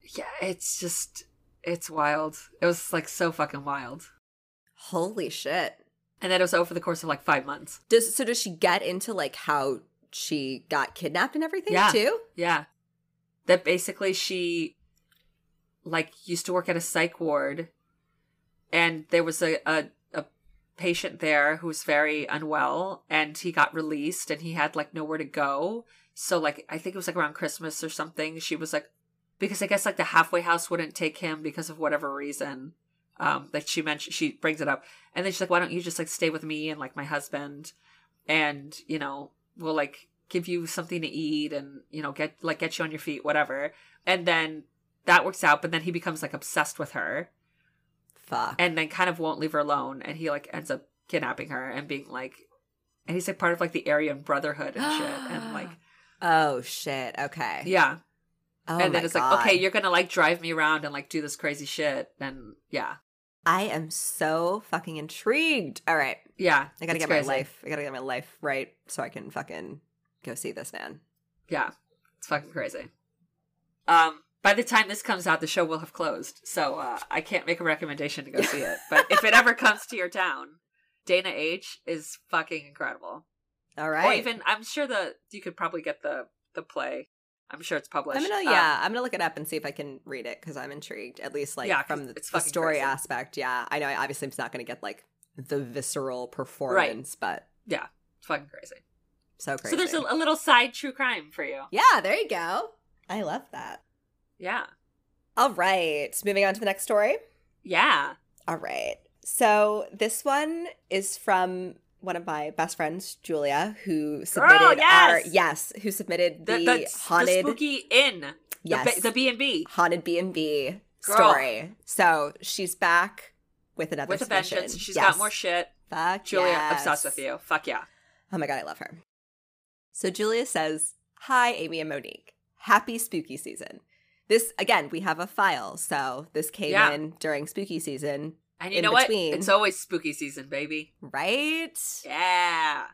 A: Yeah, it's just it's wild. It was like so fucking wild.
B: Holy shit.
A: And then it was over the course of like five months.
B: Does so does she get into like how she got kidnapped and everything
A: Yeah.
B: too?
A: Yeah. That basically she like used to work at a psych ward and there was a, a, a patient there who was very unwell and he got released and he had like nowhere to go. So like I think it was like around Christmas or something, she was like because I guess like the halfway house wouldn't take him because of whatever reason. Um, that she mentioned she brings it up. And then she's like, Why don't you just like stay with me and like my husband and, you know, we'll like give you something to eat and, you know, get like get you on your feet, whatever. And then that works out, but then he becomes like obsessed with her
B: Fuck.
A: and then kind of won't leave her alone and he like ends up kidnapping her and being like and he's like part of like the Aryan Brotherhood and shit and like
B: oh shit. Okay.
A: yeah
B: Oh
A: and then
B: my
A: it's
B: God.
A: like okay you're gonna like drive me around and like do this crazy shit and yeah
B: I am so fucking intrigued. All right.
A: yeah
B: I gotta
A: it's
B: get
A: crazy.
B: my life. I gotta get my life right so I can fucking go see this man.
A: yeah it's fucking crazy um by the time this comes out the show will have closed so uh, I can't make a recommendation to go see it but if it ever comes to your town Dana H is fucking incredible
B: All
A: or
B: right.
A: even I'm sure the you could probably get the the play I'm sure it's published
B: I'm gonna
A: Um,
B: yeah, I'm gonna look it up and see if I can read it because I'm intrigued. At least like
A: Yeah, 'cause
B: from the,
A: it's
B: the
A: fucking
B: story
A: crazy.
B: aspect. Yeah, I know. I obviously am not gonna get like the visceral performance, but
A: It's fucking crazy.
B: so
A: So
B: crazy.
A: there's a, a little side true crime for you.
B: yeah, there you go. I love that.
A: Yeah.
B: All right, moving on to the next story.
A: Yeah.
B: All right. So this one is from one of my best friends, Julia, who submitted
A: yes!
B: our yes, who submitted the,
A: The, the, haunted, the
B: haunted
A: spooky inn.
B: yes
A: The ba- The B&B.
B: haunted B&B
A: Girl.
B: story. So she's back with another
A: With a
B: submission.
A: vengeance. She's
B: Yes.
A: got more shit.
B: Fuck
A: Julia,
B: yes.
A: obsessed with you. Fuck yeah.
B: Oh my god, I love her. So Julia says, "Hi Amy and Monique. Happy spooky season." This again, we have a file. So this came
A: Yeah.
B: in during spooky season,
A: And you
B: In
A: know
B: between.
A: what? It's always spooky season, baby.
B: right?
A: Yeah.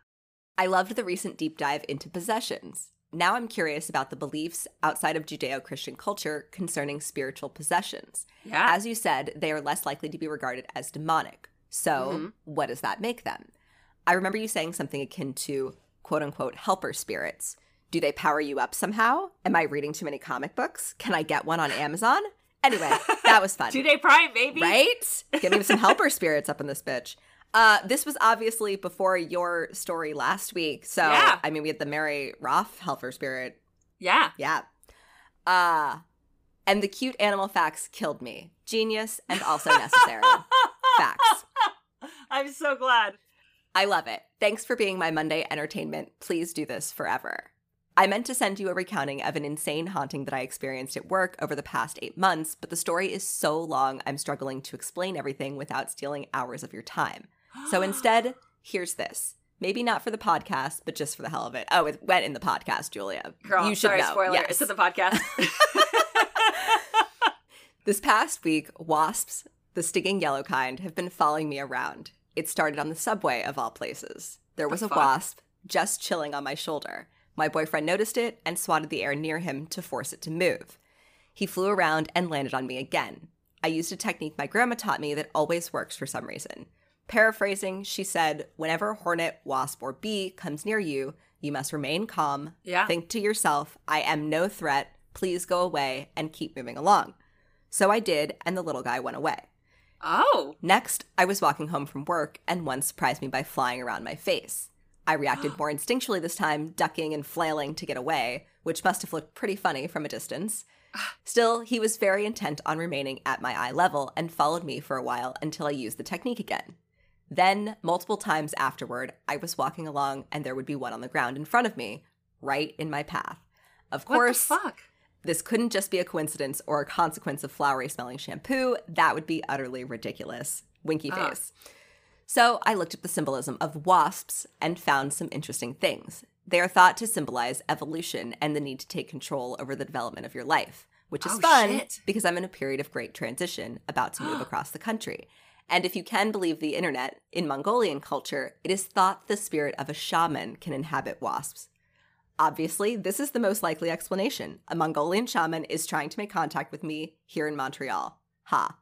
B: I loved the recent deep dive into possessions. Now I'm curious about the beliefs outside of Judeo Christian culture concerning spiritual possessions.
A: Yeah.
B: As you said, they are less likely to be regarded as demonic. So,
A: Mhm.
B: what does that make them? I remember you saying something akin to quote unquote helper spirits. Do they power you up somehow? Am I reading too many comic books? Can I get one on Amazon? Anyway, that was fun.
A: Two day prime, baby.
B: Right? Give me some helper spirits up in this bitch. Uh, this was obviously before your story last week. So,
A: Yeah.
B: I mean, we had the Mary Roth helper spirit.
A: Yeah.
B: Yeah. Uh, and the cute animal facts killed me. Genius and also necessary. facts.
A: I'm so glad.
B: I love it. Thanks for being my Monday entertainment. Please do this forever. I meant to send you a recounting of an insane haunting that I experienced at work over the past eight months, but the story is so long, I'm struggling to explain everything without stealing hours of your time. So instead, here's this. Maybe not for the podcast, but just for the hell of it. Oh, it went in the podcast, Julia.
A: Girl,
B: you should
A: sorry,
B: know.
A: spoiler.
B: Yes.
A: It's in the podcast.
B: This past week, wasps, the stinging yellow kind, have been following me around. It started on the subway, of all places. There was
A: The
B: a
A: fuck?
B: wasp just chilling on my shoulder. My boyfriend noticed it and swatted the air near him to force it to move. He flew around and landed on me again. I used a technique my grandma taught me that always works for some reason. Paraphrasing, she said, Whenever a hornet, wasp, or bee comes near you, you must remain calm.
A: Yeah.
B: Think to yourself, I am no threat. Please go away and keep moving along. So I did, and the little guy went away.
A: Oh.
B: Next, I was walking home from work, and one surprised me by flying around my face. I reacted more instinctually this time, ducking and flailing to get away, which must have looked pretty funny from a distance. Still, he was very intent on remaining at my eye level and followed me for a while until I used the technique again. Then, multiple times afterward, I was walking along and there would be one on the ground in front of me, right in my path. Of
A: What
B: course,
A: the fuck?
B: this couldn't just be a coincidence or a consequence of flowery smelling shampoo. That would be utterly ridiculous. Winky
A: Ah.
B: face. So I looked up the symbolism of wasps and found some interesting things. They are thought to symbolize evolution and the need to take control over the development of your life, which is
A: Oh,
B: fun
A: shit.
B: because I'm in a period of great transition about to move across the country. And if you can believe the internet, in Mongolian culture, it is thought the spirit of a shaman can inhabit wasps. Obviously, this is the most likely explanation. A Mongolian shaman is trying to make contact with me here in Montreal. Ha.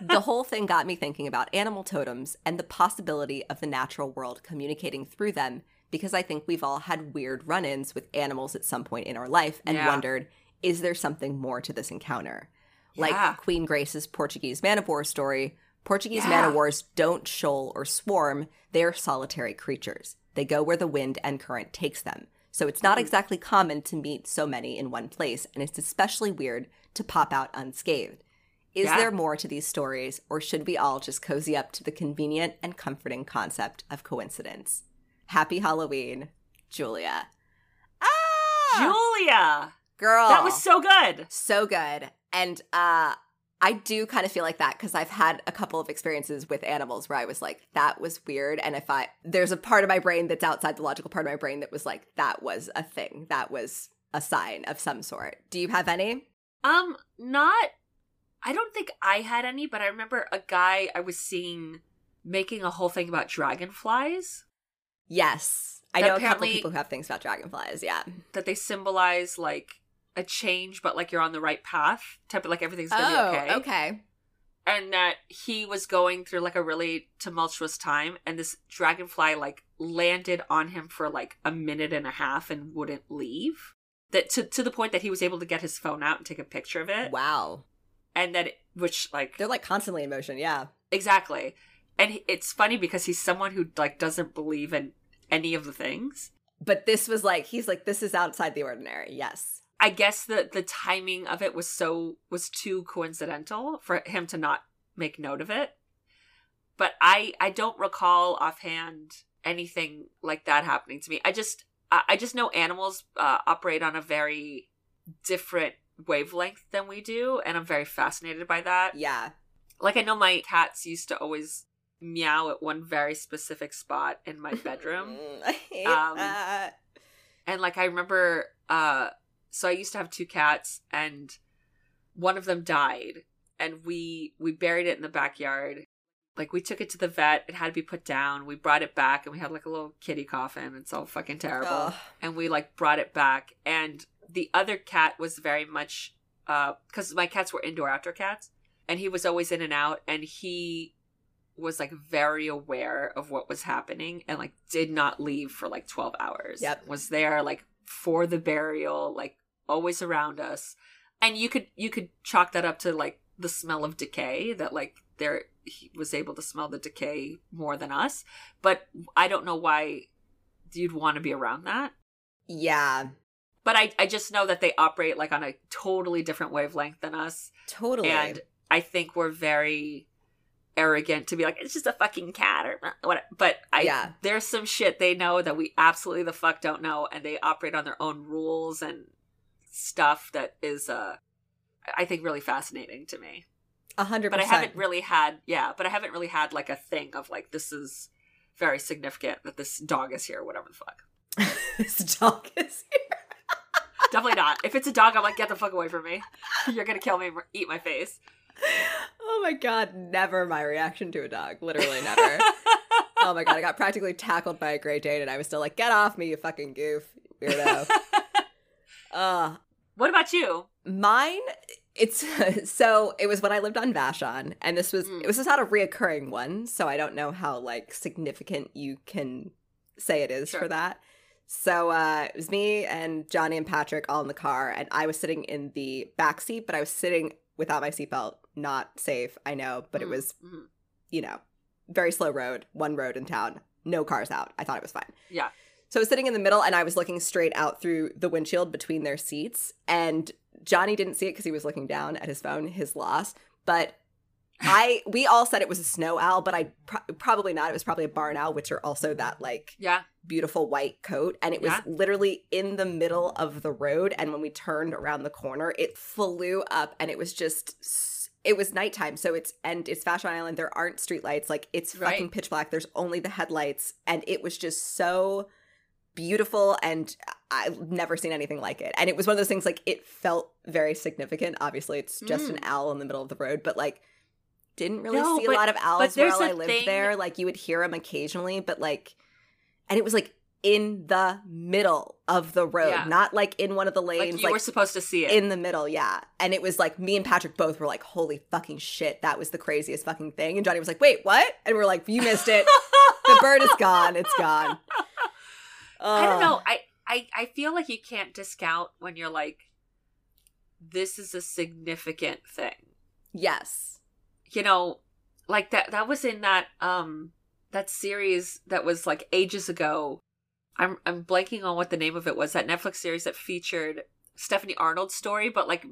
B: the whole thing got me thinking about animal totems and the possibility of the natural world communicating through them because I think we've all had weird run ins with animals at some point in our life and
A: Yeah.
B: wondered is there something more to this encounter? Like
A: Yeah.
B: Queen Grace's Portuguese man of war story, Portuguese
A: Yeah.
B: man of wars don't shoal or swarm, they are solitary creatures. They go where the wind and current takes them. So it's
A: Hmm.
B: not exactly common to meet so many in one place, and it's especially weird to pop out unscathed. Is
A: Yeah.
B: there more to these stories, or should we all just cozy up to the convenient and comforting concept of coincidence? Happy Halloween, Julia. Ah!
A: Julia.
B: Girl.
A: That was so good.
B: So good. And uh I do kind of feel like that because I've had a couple of experiences with animals where I was like, that was weird. And if I there's a part of my brain that's outside the logical part of my brain that was like, that was a thing. That was a sign of some sort. Do you have any?
A: Um, not. I don't think I had any, but I remember a guy I was seeing making a whole thing about dragonflies
B: Yes. I
A: That
B: know a couple
A: apparently-
B: people who have things about dragonflies. Yeah.
A: that they symbolize like a change, but like you're on the right path. Type of like everything's gonna be okay.
B: Oh, okay.
A: And that he was going through like a really tumultuous time, and this dragonfly like landed on him for like a minute and a half and wouldn't leave. That to to the point that he was able to get his phone out and take a picture of it,
B: Wow.
A: and that it, which like
B: They're like constantly in motion. Yeah.
A: Exactly. And he- it's funny because he's someone who like doesn't believe in any of the things.
B: But this was like, he's like, this is outside the ordinary. Yes.
A: I guess the the timing of it was so was too coincidental for him to not make note of it. But I I don't recall offhand anything like that happening to me. I just I I just know animals uh, operate on a very different wavelength than we do, and I'm very fascinated by that.
B: Yeah.
A: Like I know my cats used to always meow at one very specific spot in my bedroom.
B: I hate
A: Um,
B: that.
A: and like I remember uh so I used to have two cats and one of them died and we we buried it in the backyard. Like we took it to the vet, it had to be put down. We brought it back and we had like a little kitty coffin. It's all fucking terrible
B: Ugh.
A: and we like brought it back and the other cat was very much uh because my cats were indoor outdoor cats and he was always in and out and he was like very aware of what was happening and like did not leave for like 12 hours
B: Yep.
A: was there like for the burial like always around us and you could you could chalk that up to like the smell of decay that like there he was able to smell the decay more than us but i don't know why you'd want to be around that
B: Yeah,
A: but I, I just know that they operate like on a totally different wavelength than us
B: totally.
A: and i think we're very arrogant to be like it's just a fucking cat or what but i
B: Yeah.
A: there's some shit they know that we absolutely the fuck don't know and they operate on their own rules and stuff that is uh i think really fascinating to me
B: a hundred
A: but i
B: percent.
A: haven't really had yeah but i haven't really had like a thing of like this is very significant that this dog is here or whatever the fuck
B: this dog is here.
A: definitely not if it's a dog i'm like get the fuck away from me you're gonna kill me and eat my face
B: Oh my god, never my reaction to a dog. Literally never. oh my god, I got practically tackled by a Great Dane, and I was still like, "Get off me, you fucking goof, weirdo." uh,
A: What about you?
B: Mine, it's so it was when I lived on Vashon, and this was
A: Mm.
B: it was just not a reoccurring one, so I don't know how like significant you can say it is
A: Sure.
B: for that. So uh, it was me and Johnny and Patrick all in the car, and I was sitting in the back seat, but I was sitting without my seatbelt, not safe. I know, but it
A: Mm,
B: was
A: mhm.
B: you know, very slow road, one road in town, no cars out. I thought it was fine.
A: Yeah.
B: So I was sitting in the middle and I was looking straight out through the windshield between their seats. And Johnny didn't see it because he was looking down at his phone, his loss. But I, we all said it was a snow owl, but I pro- probably not. It was probably a barn owl, which are also that like
A: Yeah.
B: beautiful white coat. And it was
A: Yeah.
B: literally in the middle of the road. And when we turned around the corner, it flew up and it was just, s- it was nighttime. So it's, and it's Fashion Island. There aren't streetlights. Like it's
A: Right.
B: fucking pitch black. There's only the headlights. And it was just so beautiful. And I've never seen anything like it. And it was one of those things like it felt very significant. Obviously, it's just an owl in the middle of the road, but like, didn't really
A: Mm. No,
B: see
A: but-
B: a lot of owls
A: there's
B: while I
A: a
B: lived
A: thing-
B: there. Like you would hear them occasionally, but like and it was like in the middle of the road,
A: Yeah.
B: not like in one of the
A: Like
B: lanes,
A: you
B: like,
A: were supposed to see it.
B: in the middle, yeah. And it was like me and Patrick both were like, "Holy fucking shit, that was the craziest fucking thing." And Johnny was like, "Wait, what?" And we're like, "You missed it. the bird is gone. It's gone."
A: I don't
B: Ugh.
A: know. I, I I feel like you can't discount when you're like, this is a significant thing.
B: Yes.
A: You know, like that that was in that um that series that was like ages ago. I'm I'm blanking on what the name of it was. That Netflix series that featured Stephanie Arnold's story, but like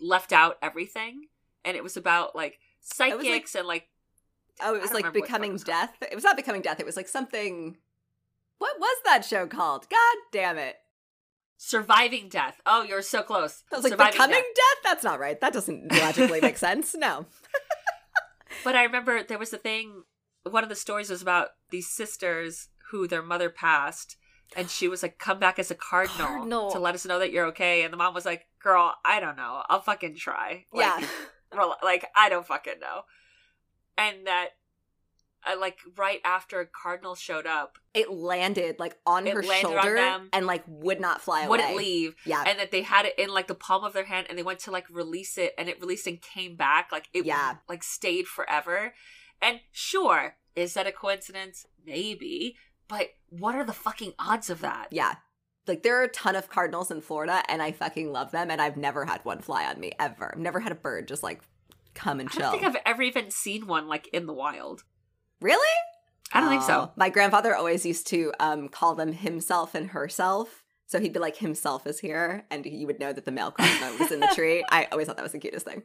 A: left out everything, and it was about like
B: was, like-
A: psychics and like
B: Oh,
A: I
B: it was
A: don't
B: like
A: remember what the fuck it
B: becoming
A: was
B: death. It was not becoming death. It was like something. What was that show called? God damn it!
A: surviving death. Oh, you're so close.
B: I was like
A: surviving
B: becoming
A: death.
B: death. That's not right. That doesn't logically make sense. No.
A: But I remember there was a thing. One of the stories was about these sisters who their mother passed, and she was like, "Come back as a cardinal,
B: Cardinal.
A: to let us know that you're okay." And the mom was like, "Girl, I don't know. I'll fucking try. Like,
B: yeah.
A: rel- like I don't fucking know." And that, uh, like, right after a cardinal showed up,
B: it landed like on
A: It
B: her
A: landed on
B: shoulder
A: them.
B: and like would not fly
A: wouldn't
B: away.
A: leave,
B: Yeah,
A: and that they had it in like the palm of their hand, and they went to like release it, and it released and came back, like it
B: Yeah.
A: like stayed forever. And sure, is that a coincidence? Maybe, but what are the fucking odds of that?
B: yeah. Like there are a ton of cardinals in Florida, and I fucking love them. And I've never had one fly on me ever. I've never had a bird just like come and
A: I don't
B: chill.
A: think I've ever even seen one like in the wild.
B: really?
A: I don't think so.
B: Oh. My grandfather always used to um, call them himself and herself. So he'd be like, "Himself is here," and you would know that the male cardinal was in the tree. I always thought that was the cutest thing.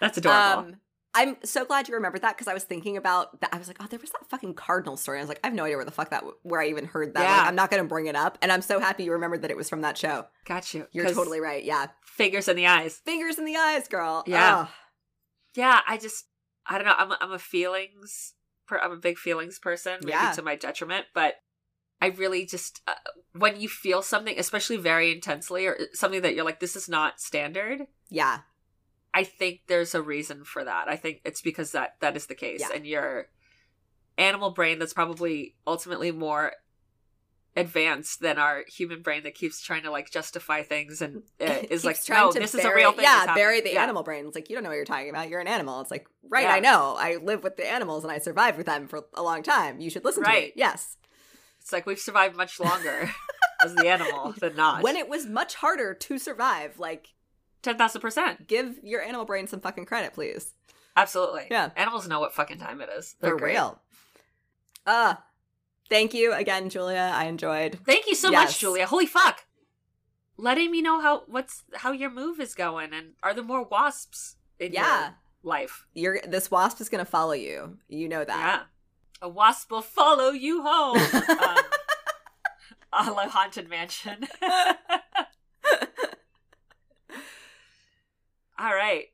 A: That's adorable.
B: Um, I'm so glad you remembered that because I was thinking about that. I was like, oh, there was that fucking cardinal story. I was like, I have no idea where the fuck that, where I even heard that. Like,
A: Yeah.
B: I'm not going to bring it up. And I'm so happy you remembered that it was from that show.
A: Got you.
B: You're
A: 'Cause
B: totally right. Yeah.
A: fingers in the eyes.
B: Fingers in the eyes, girl.
A: Yeah.
B: Ugh.
A: Yeah, I just I don't know. I'm a, I'm a feelings per, I'm a big feelings person, maybe
B: Yeah.
A: to my detriment, but I really just uh, when you feel something, especially very intensely, or uh, something that you're like, this is not standard.
B: Yeah.
A: I think there's a reason for that. I think it's because that that is the case,
B: Yeah.
A: and your animal brain that's probably ultimately more advanced than our human brain that keeps trying to like justify things and uh, is
B: Keeps
A: like,
B: trying
A: no,
B: to
A: this is a
B: bury-
A: real thing. that's
B: Yeah.
A: happening."
B: Bury the
A: Yeah.
B: animal brain. It's like, you don't know what you're talking about. You're an animal. It's like, right.
A: Yeah.
B: I know. I live with the animals and I survived with them for a long time. You should listen to
A: Right.
B: me. Yes.
A: It's like we've survived much longer as the animal than not.
B: When it was much harder to survive, like,
A: ten thousand percent,
B: give your animal brain some fucking credit, please.
A: absolutely.
B: Yeah.
A: animals know what fucking time it is. They're
B: for
A: great.
B: real. Uh thank you again, Julia. I enjoyed.
A: Thank you so much,
B: Yes.
A: Julia. Holy fuck! Letting me know how what's how your move is going, and are there more wasps in
B: Yeah.
A: your life?
B: You're this wasp is gonna follow you. You know that.
A: Yeah, a wasp will follow you home. um, a la haunted mansion. All right.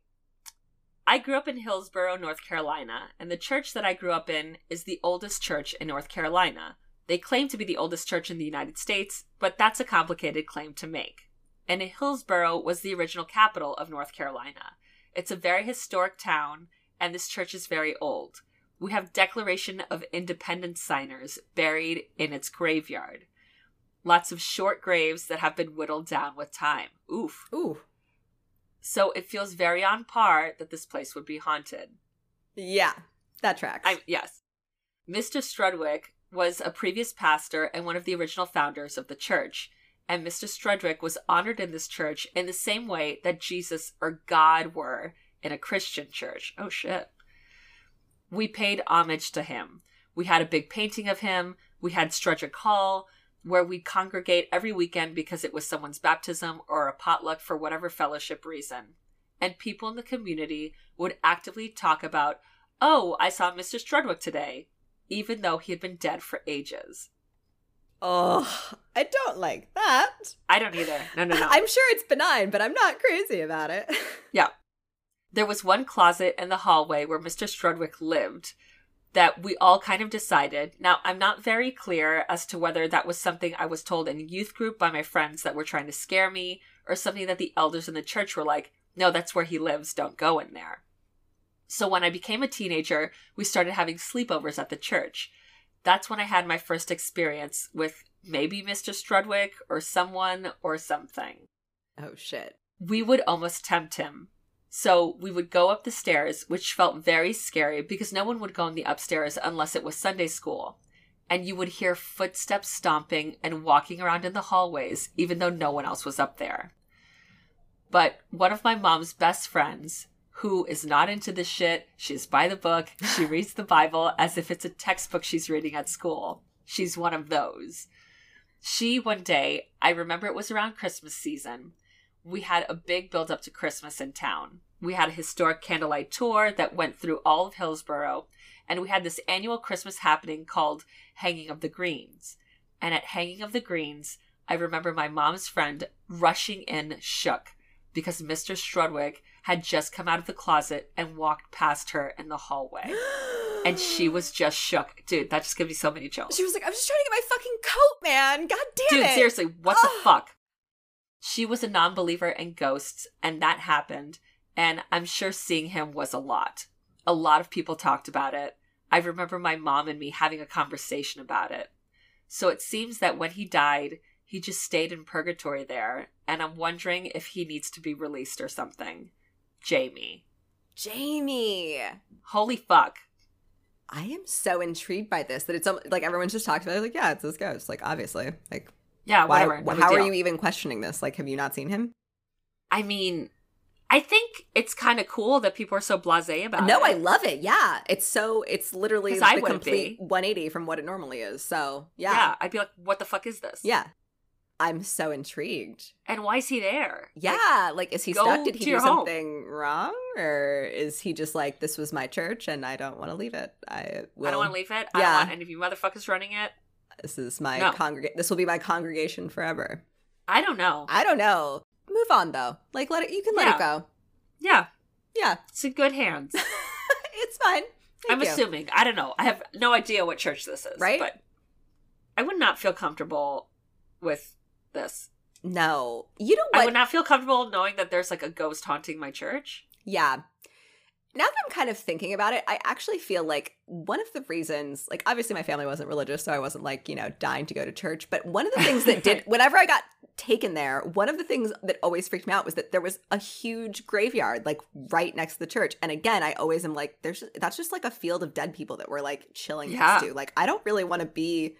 A: I grew up in Hillsborough, North Carolina, and the church that I grew up in is the oldest church in North Carolina. They claim to be the oldest church in the United States, but that's a complicated claim to make. And Hillsborough was the original capital of North Carolina. It's a very historic town, and this church is very old. We have Declaration of Independence signers buried in its graveyard. Lots of short graves that have been whittled down with time. Oof.
B: Ooh.
A: So it feels very on par that this place would be haunted.
B: Yeah, that tracks.
A: I, yes. Mr. Strudwick was a previous pastor and one of the original founders of the church. And Mr. Strudwick was honored in this church in the same way that Jesus or God were in a Christian church. Oh, shit. We paid homage to him. We had a big painting of him. We had Strudwick Hall, where we congregate every weekend because it was someone's baptism or a potluck for whatever fellowship reason. And people in the community would actively talk about, oh, I saw Mr. Strudwick today, even though he had been dead for ages.
B: oh, I don't like that.
A: I don't either. No, no, no.
B: I'm sure it's benign, but I'm not crazy about it.
A: there was one closet in the hallway where Mr. Strudwick lived that we all kind of decided. Now, I'm not very clear as to whether that was something I was told in youth group by my friends that were trying to scare me or something that the elders in the church were like, no, that's where he lives, don't go in there. So when I became a teenager, we started having sleepovers at the church. That's when I had my first experience with maybe Mr. Strudwick or someone or something
B: Oh shit.
A: we would almost tempt him. So we would go up the stairs, which felt very scary because no one would go in the upstairs unless it was Sunday school. And you would hear footsteps stomping and walking around in the hallways, even though no one else was up there. But one of my mom's best friends, who is not into this shit, she's by the book, she reads the Bible as if it's a textbook she's reading at school. She's one of those. She, one day, I remember it was around Christmas season, we had a big build up to Christmas in town. We had a historic candlelight tour that went through all of Hillsboro, and we had this annual Christmas happening called Hanging of the Greens. And at Hanging of the Greens, I remember my mom's friend rushing in shook because Mr. Strudwick had just come out of the closet and walked past her in the hallway. And she was just shook. Dude, that just gives me so many chills.
B: She was like, I'm just trying to get my fucking coat, man. God damn
A: Dude,
B: it.
A: seriously, what the
B: Ugh.
A: fuck? She was a non believer in ghosts, and that happened. And I'm sure seeing him was a lot. A lot of people talked about it. I remember my mom and me having a conversation about it. So it seems that when he died, he just stayed in purgatory there, and I'm wondering if he needs to be released or something. Jamie.
B: Jamie.
A: Holy fuck.
B: I am so intrigued by this that it's almo- like everyone's just talked about it. Like, yeah, it's this ghost. Like, obviously. Like,
A: Yeah,
B: why,
A: Uh, whatever. no big
B: how are
A: deal.
B: you e- even questioning this? Like, have you not seen him?
A: I mean, I think it's kind of cool that people are so blasé about it.
B: no, I love it. Yeah. It's so, it's literally
A: 'Cause
B: the
A: I wouldn't
B: complete
A: be.
B: 180 from what it normally is. So,
A: Yeah.
B: yeah.
A: I'd be like, what the fuck is this?
B: Yeah. I'm so intrigued.
A: And why is he there?
B: Yeah.
A: Like,
B: Like, is he
A: go
B: stuck? Did he
A: to
B: do
A: your home.
B: something wrong? Or is he just like, this was my church and I don't want to leave it? I will.
A: I don't want to leave it. I
B: yeah.
A: don't want any of you motherfuckers running it.
B: This is my
A: No.
B: congregation. This will be my congregation forever.
A: I don't know.
B: I don't know. Move on though. Like let it. You can let it
A: Yeah.
B: go.
A: yeah,
B: Yeah,
A: it's in good hands.
B: it's fine. Thank
A: I'm
B: you.
A: assuming. I don't know. I have no idea what church this is.
B: Right?
A: But I would not feel comfortable with this.
B: No, you know
A: I
B: what?
A: would not feel comfortable knowing that there's like a ghost haunting my church.
B: yeah. Now that I'm kind of thinking about it, I actually feel like one of the reasons, like obviously my family wasn't religious, so I wasn't like, you know, dying to go to church. But one of the things that did, whenever I got taken there, one of the things that always freaked me out was that there was a huge graveyard, like right next to the church. And again, I always am like, there's, that's just like a field of dead people that we're like chilling
A: Yeah.
B: next to. Like, I don't really want to be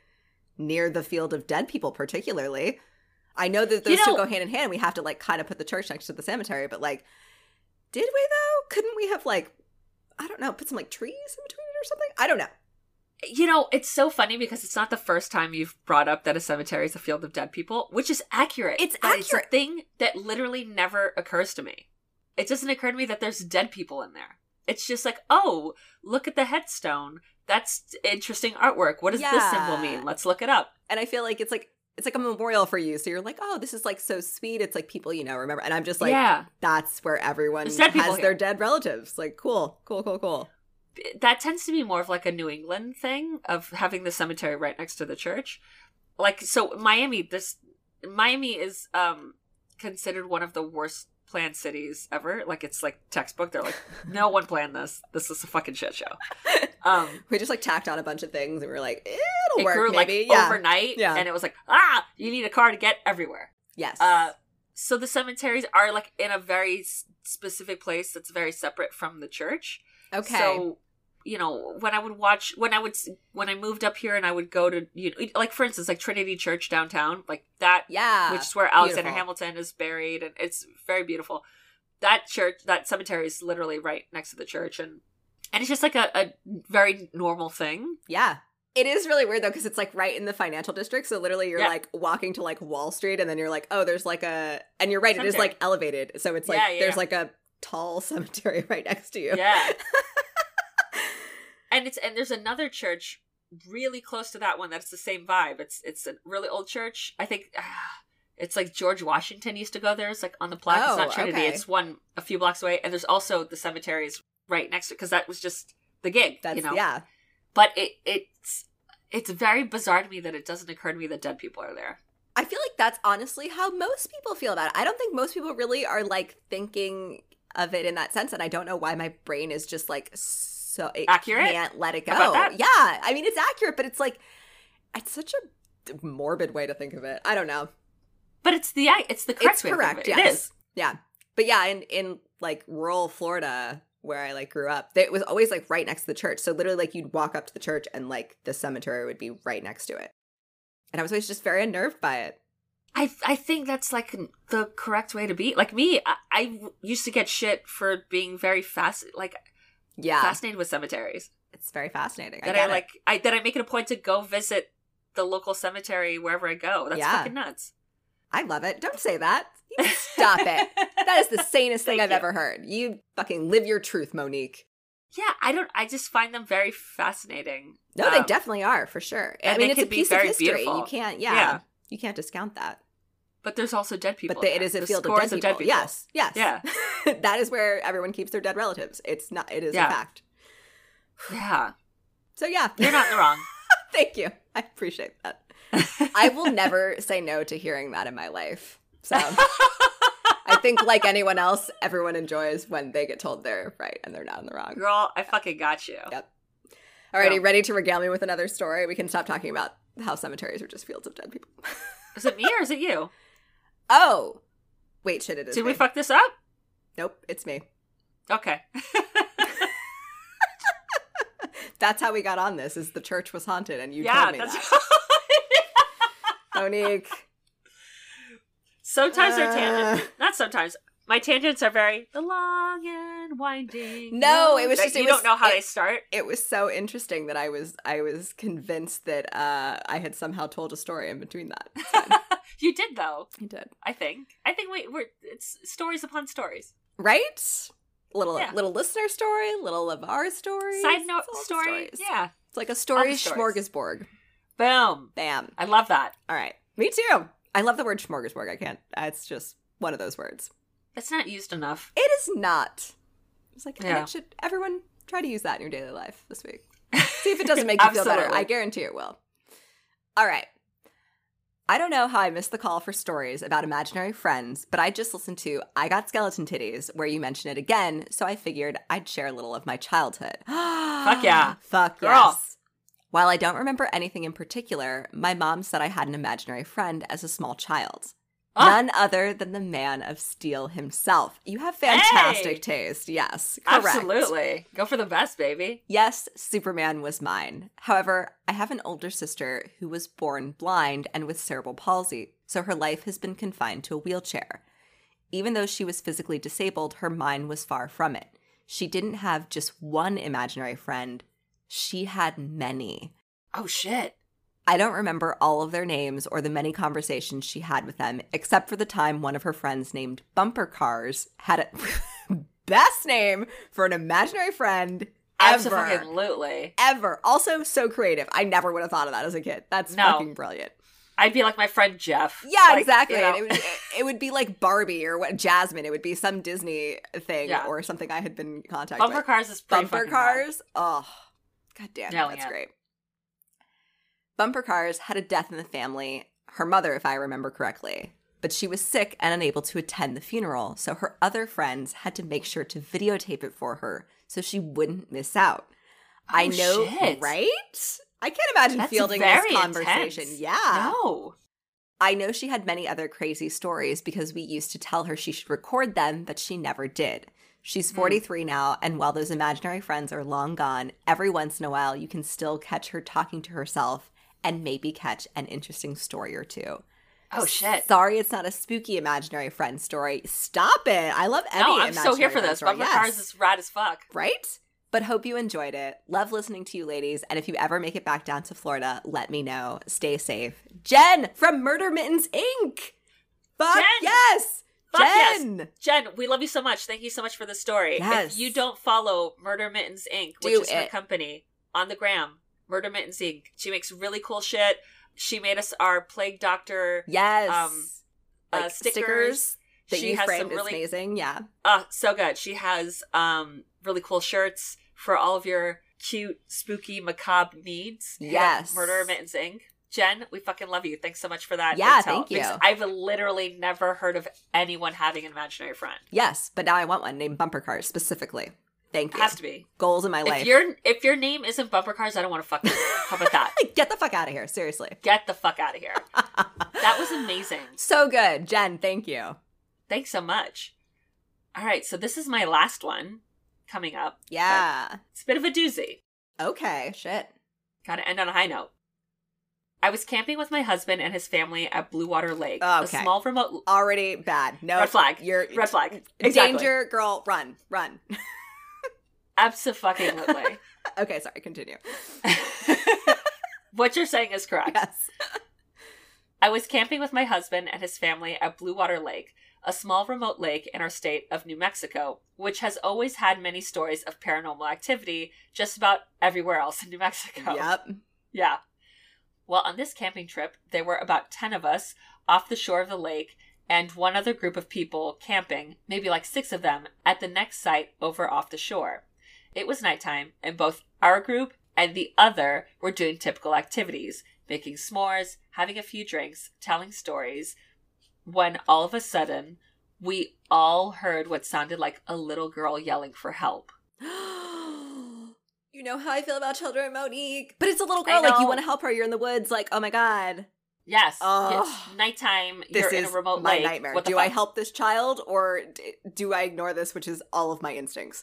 B: near the field of dead people, particularly. I know that those
A: You
B: two
A: know-
B: go hand in hand. We have to like kind of put the church next to the cemetery, but like, did we though? Couldn't we have like, I don't know, put some like trees in between it or something? I don't know.
A: You know, it's so funny because it's not the first time you've brought up that a cemetery is a field of dead people, which is accurate.
B: It's
A: But It's a
B: accurate.
A: thing that literally never occurs to me. It doesn't occur to me that there's dead people in there. It's just like, oh, look at the headstone. That's interesting artwork. What does this symbol
B: Yeah.
A: mean? Let's look it up.
B: And I feel like it's like it's like a memorial for you. So you're like, oh, this is like so sweet. It's like people you know remember. And I'm just like,
A: yeah,
B: that's where everyone
A: There's
B: has
A: dead people
B: their
A: here.
B: dead relatives. Like, cool, cool, cool, cool.
A: that tends to be more of like a New England thing of having the cemetery right next to the church. Like so, Miami. This Miami is um considered one of the worst planned cities ever. Like it's like textbook. They're like, no one planned this. This is a fucking shit show. Um,
B: We just like tacked on a bunch of things, and we were like,
A: it
B: it'll work,
A: grew
B: maybe.
A: like
B: yeah.
A: overnight,
B: Yeah.
A: and it was like, ah, you need a car to get everywhere.
B: yes.
A: Uh, so the cemeteries are like in a very s- specific place that's very separate from the church.
B: Okay.
A: So you know when I would watch when I would s- when I moved up here and I would go to you know like for instance like Trinity Church downtown like that
B: yeah.
A: which is where Alexander
B: Ah, beautiful.
A: Hamilton is buried, and it's very beautiful. That church, that cemetery is literally right next to the church, and and it's just like a, a very normal thing.
B: yeah. It is really weird though, because it's like right in the financial district. So literally, you're
A: Yeah.
B: like walking to like Wall Street, and then you're like, oh, there's like a, and you're right, it is
A: Cemetery.
B: like elevated. So it's like
A: Yeah, yeah,
B: there's
A: yeah.
B: like a tall cemetery right next to you.
A: Yeah, and it's and there's another church really close to that one that's the same vibe. It's it's a really old church. I think ah, it's like George Washington used to go there. It's like on the plaque. it's
B: Oh,
A: not Trinity.
B: okay.
A: It's one a few blocks away, and there's also the cemeteries right next to because that was just the gig.
B: That's
A: you know?
B: yeah.
A: but it it's it's very bizarre to me that it doesn't occur to me that dead people are there.
B: I feel like that's honestly how most people feel about it. I don't think most people really are like thinking of it in that sense, and I don't know why my brain is just like so it
A: Accurate?
B: Can't let it go.
A: How about that?
B: Yeah, I mean it's accurate, but it's like it's such a morbid way to think of it. I don't know.
A: But it's the it's the correct
B: it's
A: way To
B: correct.
A: think of it.
B: Yes.
A: It is.
B: Yeah. But yeah, in in like rural Florida where I like grew up, it was always like right next to the church. So literally like you'd walk up to the church and like the cemetery would be right next to it. And I was always just very unnerved by it.
A: I I think that's like the correct way to be. Like me, I, I used to get shit for being very fast, like
B: Yeah.
A: fascinated with cemeteries.
B: It's very fascinating.
A: That
B: I,
A: I,
B: get it.
A: like, I that I make it a point to go visit the local cemetery wherever I go. That's
B: Yeah.
A: fucking nuts.
B: I love it. Don't say that. Stop it. That is the sanest thing
A: Thank
B: I've
A: you.
B: ever heard. You fucking live your truth, Monique.
A: yeah, I don't. I just find them very fascinating.
B: No, they
A: Um,
B: definitely are for sure. I
A: and
B: mean,
A: they
B: it's a
A: can be
B: piece of
A: very
B: history. You
A: beautiful.
B: can't, yeah,
A: Yeah.
B: you can't discount that.
A: But there's also dead people.
B: but the, it
A: there.
B: is a
A: There's
B: field of
A: scores
B: dead, people. Yes, yes,
A: Yeah.
B: that is where everyone keeps their dead relatives. It's not. It is
A: Yeah.
B: a fact.
A: Yeah,
B: So yeah,
A: you're not in the wrong.
B: Thank you. I appreciate that. I will never say no to hearing that in my life. So I think, like anyone else, everyone enjoys when they get told they're right and they're not in the wrong.
A: Girl, I fucking got you.
B: Yep. Alrighty,
A: Yeah.
B: ready to regale me with another story? We can stop talking about how cemeteries are just fields of dead people.
A: Is it me or is it you?
B: Oh, wait, shit, it is.
A: Did
B: me.
A: we fuck this up?
B: nope, it's me.
A: Okay.
B: That's how we got on this. Is the church was haunted, and you
A: yeah,
B: told me
A: that's
B: that, Monique.
A: sometimes they're
B: Uh.
A: tangents. Not sometimes. My tangents are very the long and winding.
B: No, it was
A: road.
B: just- it
A: you
B: was-
A: don't know how
B: it-
A: they start.
B: It was so interesting that I was I was convinced that uh, I had somehow told a story in between that. It's fine.
A: You did though.
B: I did,
A: I think. I think we, we're it's stories upon stories.
B: right? Little
A: Yeah.
B: little listener story, little Lavar story,
A: Side note
B: It's all the
A: story.
B: stories.
A: Yeah.
B: it's like a
A: All
B: story
A: the stories.
B: smorgasbord.
A: Boom.
B: Bam.
A: I love that.
B: All right. Me too. I love the word smorgasbord. I can't. It's just one of those words.
A: It's not used enough.
B: It is not. It's like
A: Yeah.
B: it should everyone try to use that in your daily life this week. See if it doesn't make you feel better.
A: Absolutely.
B: I guarantee it will. All right. I don't know how I missed the call for stories about imaginary friends, but I just listened to I Got Skeleton Titties, where you mention it again, so I figured I'd share a little of my childhood. Fuck
A: yeah.
B: Fuck
A: Girl.
B: yes. While I don't remember anything in particular, my mom said I had an imaginary friend as a small child.
A: Ah.
B: None other than the man of steel himself. You have fantastic
A: Hey.
B: taste. Yes, correct.
A: Absolutely. Go for the best, baby.
B: Yes, Superman was mine. However, I have an older sister who was born blind and with cerebral palsy, so her life has been confined to a wheelchair. Even though she was physically disabled, her mind was far from it. She didn't have just one imaginary friend, she had many.
A: Oh shit.
B: I don't remember all of their names or the many conversations she had with them, except for the time one of her friends named Bumper Cars had a best name for an imaginary friend ever.
A: Absolutely.
B: Ever. Also, so creative. I never would have thought of that as a kid. That's
A: No.
B: fucking brilliant.
A: I'd be like my friend Jeff.
B: Yeah,
A: Like,
B: exactly.
A: you know.
B: it, would, it would be like Barbie or what Jasmine. It would be some Disney thing
A: Yeah.
B: or something I had been in contact with.
A: Bumper cars is pretty
B: Bumper
A: fucking hot.
B: cars. Oh, god damn,
A: Nailing
B: that's
A: it.
B: great. Bumper cars had a death in the family. Her mother, if I remember correctly, but she was sick and unable to attend the funeral, so her other friends had to make sure to videotape it for her so she wouldn't miss out. I
A: Oh,
B: know,
A: shit.
B: right? I can't imagine
A: That's
B: fielding
A: very
B: this conversation.
A: intense.
B: Yeah.
A: No.
B: I know she had many other crazy stories because we used to tell her she should record them, but she never did.
A: Hmm.
B: She's 43 now, and while those imaginary friends are long gone, every once in a while you can still catch her talking to herself and maybe catch an interesting story or two.
A: Oh shit.
B: Sorry, it's not a spooky imaginary friend story. Stop it. I love any
A: no, I'm
B: imaginary
A: so here for
B: friend
A: this.
B: story.
A: Bumper cars is rad as fuck.
B: right? But hope you enjoyed it. Love listening to you ladies. And if you ever make it back down to Florida, let me know. Stay safe. Jen from Murder Mittens Inc. Fuck
A: Jen!
B: yes.
A: Fuck yes!
B: Jen.
A: Jen, we love you so much. Thank you so much for the story.
B: Yes.
A: If you don't follow Murder Mittens Inc., which
B: Do
A: is her
B: it.
A: company on the gram, Murder Mittens Inc. She makes really cool shit. She made us our plague doctor.
B: Yes.
A: Um, uh, stickers
B: that
A: she
B: you
A: has
B: framed
A: some really
B: is amazing. Yeah.
A: uh, so good. She has um really cool shirts for all of your cute, spooky, macabre needs. Hit up
B: Yes.
A: Murder Mittens Inc. Jen, we fucking love you. Thanks so much for that.
B: Yeah,
A: intel.
B: thank you.
A: Because I've literally never heard of anyone having an imaginary friend.
B: Yes. But now I want one named Bumper Cars specifically. Thank you.
A: Has to be.
B: Goals in my life.
A: If your if your name isn't bumper cars, I don't want to fuck with you. How about that?
B: Get the fuck out of here. Seriously.
A: Get the fuck out of here. That was amazing.
B: So good. Jen, thank you.
A: Thanks so much. All right, so this is my last one coming up.
B: Yeah.
A: It's a bit of a doozy.
B: Okay. Shit.
A: Gotta end on a high note. I was camping with my husband and his family at Blue Water Lake, a
B: Okay.
A: small remote
B: Already bad. No.
A: red flag.
B: You're
A: red flag. Exactly.
B: Danger, girl, run, run.
A: Absolutely.
B: Okay, sorry, continue.
A: what you're saying is correct.
B: Yes.
A: I was camping with my husband and his family at Blue Water Lake, a small remote lake in our state of New Mexico, which has always had many stories of paranormal activity just about everywhere else in New Mexico.
B: Yep.
A: Yeah. Well, on this camping trip, there were about 10 of us off the shore of the lake and one other group of people camping, maybe like six of them, at the next site over off the shore. It was nighttime, and both our group and the other were doing typical activities making s'mores, having a few drinks, telling stories, when all of a sudden, we all heard what sounded like a little girl yelling for help.
B: you know how I feel about children, Monique. But it's a little
A: I
B: girl, like you
A: know.
B: want to help her, you're in the woods, like, oh my god.
A: Yes,
B: Ugh.
A: it's nighttime.
B: This
A: you're
B: is
A: in a remote
B: my
A: lake.
B: nightmare.
A: What the
B: Do I
A: fuck?
B: help this child or d- do I ignore this, which is all of my instincts?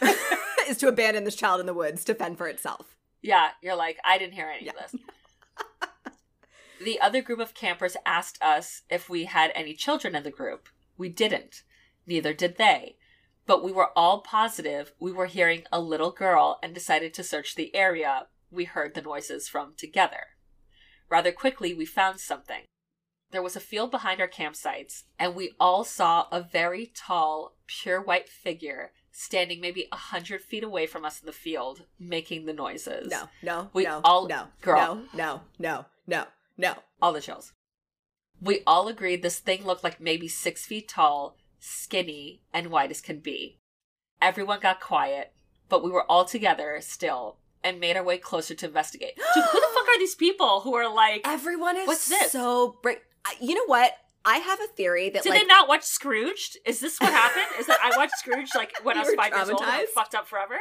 B: is to abandon this child in the woods to fend for itself.
A: Yeah, you're like, I didn't hear any of
B: Yeah.
A: this. the other group of campers asked us if we had any children in the group. We didn't. Neither did they. But we were all positive we were hearing a little girl and decided to search the area we heard the noises from together. Rather quickly, we found something. There was a field behind our campsites, and we all saw a very tall, pure white figure standing maybe a hundred feet away from us in the field, making the noises.
B: No, no,
A: We
B: no,
A: all-
B: no,
A: girl.
B: no, no, no, no, no.
A: all the chills. We all agreed this thing looked like maybe six feet tall, skinny, and white as can be. Everyone got quiet, but we were all together still and made our way closer to investigate. Dude, who the fuck are these people who are like,
B: Everyone is
A: What's this?
B: so bra- I- You know what? I have a theory that
A: did
B: like
A: they not watch Scrooged? Is this what happened? Is that I watched Scrooge like when I
B: You
A: was
B: were
A: five years old and I was
B: traumatized?
A: fucked up forever?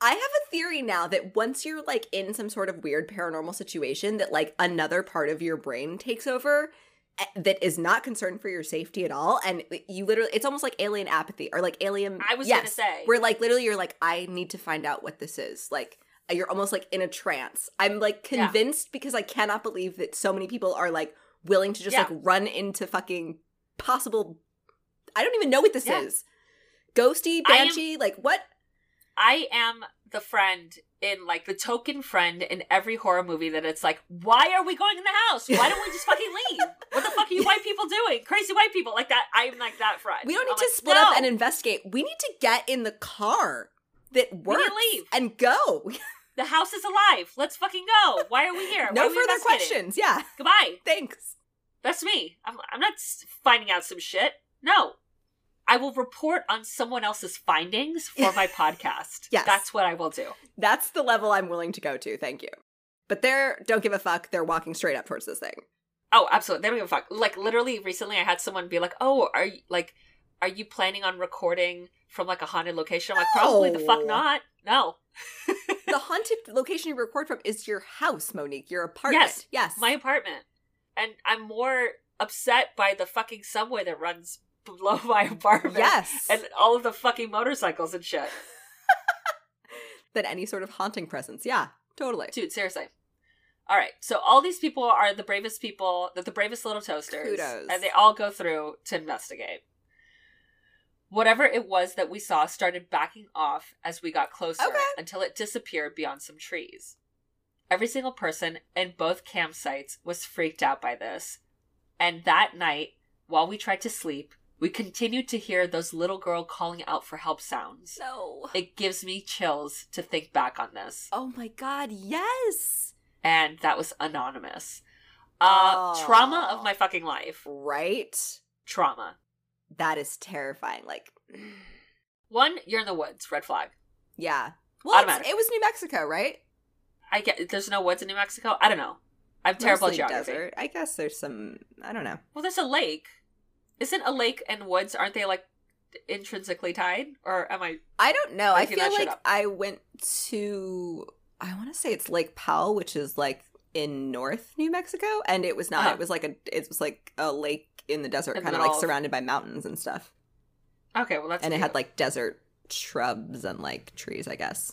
B: I have a theory now that once you're like in some sort of weird paranormal situation that like another part of your brain takes over eh, that is not concerned for your safety at all and you literally it's almost like alien apathy or like alien
A: I was gonna
B: Yes.
A: say.
B: where like literally you're like I need to find out what this is like uh, you're almost like in a trance. I'm like
A: Yeah.
B: convinced because I cannot believe that so many people are like willing to just
A: Yeah.
B: like run into fucking possible I don't even know what this
A: Yeah.
B: is. Ghosty,
A: I am-
B: banshee, like what?
A: I am the friend in like the token friend in every horror movie that it's like, why are we going in the house? Why don't we just fucking leave? What the fuck are you white people doing? Crazy white people like that. I am like that friend.
B: We don't need
A: I'm
B: to
A: like,
B: split
A: Uh, "No."
B: up and investigate. We need to get in the car that works
A: leave.
B: and go.
A: the house is alive. Let's fucking go. Why are we here? Why
B: no
A: are we
B: further
A: investigating?
B: questions. Yeah.
A: Goodbye.
B: Thanks.
A: That's me. I'm, I'm not s- finding out some shit. No. I will report on someone else's findings for my podcast.
B: Yes.
A: That's what I will do.
B: That's the level I'm willing to go to. Thank you. But they're don't give a fuck. They're walking straight up towards this thing.
A: Oh, absolutely. They don't give a fuck. Like literally recently I had someone be like, "Oh, are you like are you planning on recording from like a haunted location?" I'm like, "Probably the fuck
B: No.
A: not." No.
B: the haunted location you record from is your house, Monique. Your apartment. Yes.
A: My apartment. and I'm more upset by the fucking subway that runs below my apartment.
B: Yes.
A: And all of the fucking motorcycles and shit.
B: than any sort of haunting presence. Yeah, totally.
A: Dude, seriously. All right. So all these people are the bravest people, the, the bravest little toasters.
B: Kudos.
A: And they all go through to investigate. Whatever it was that we saw started backing off as we got closer
B: Okay.
A: until it disappeared beyond some trees. Every single person in both campsites was freaked out by this. And that night, while we tried to sleep, we continued to hear those little girl calling out for help sounds.
B: No.
A: It gives me chills to think back on this
B: Oh my god, yes.
A: and that was anonymous. Uh,
B: Oh.
A: Trauma of my fucking life.
B: Right?
A: Trauma.
B: That is terrifying. Like,
A: One, you're in the woods. Red flag.
B: yeah. Well, it's-
A: Automatic.
B: it was New Mexico, right?
A: I get. There's no woods in New Mexico. I don't know. I'm terrible at
B: Mostly
A: geography.
B: desert. I guess there's some, I don't know.
A: Well, there's a lake. Isn't a lake and woods? Aren't they like intrinsically tied? Or am I?
B: I don't know. I
A: Making
B: feel
A: that shit
B: like
A: up.
B: I went to I want to say it's Lake Powell, which is like in North New Mexico, and it was not.
A: Uh-huh.
B: It was like a it was like a lake in the desert,
A: In the
B: kind of
A: middle
B: like
A: of-
B: surrounded by mountains and stuff.
A: Okay. Well, that's.
B: and it
A: cute.
B: had like desert shrubs and like trees, I guess.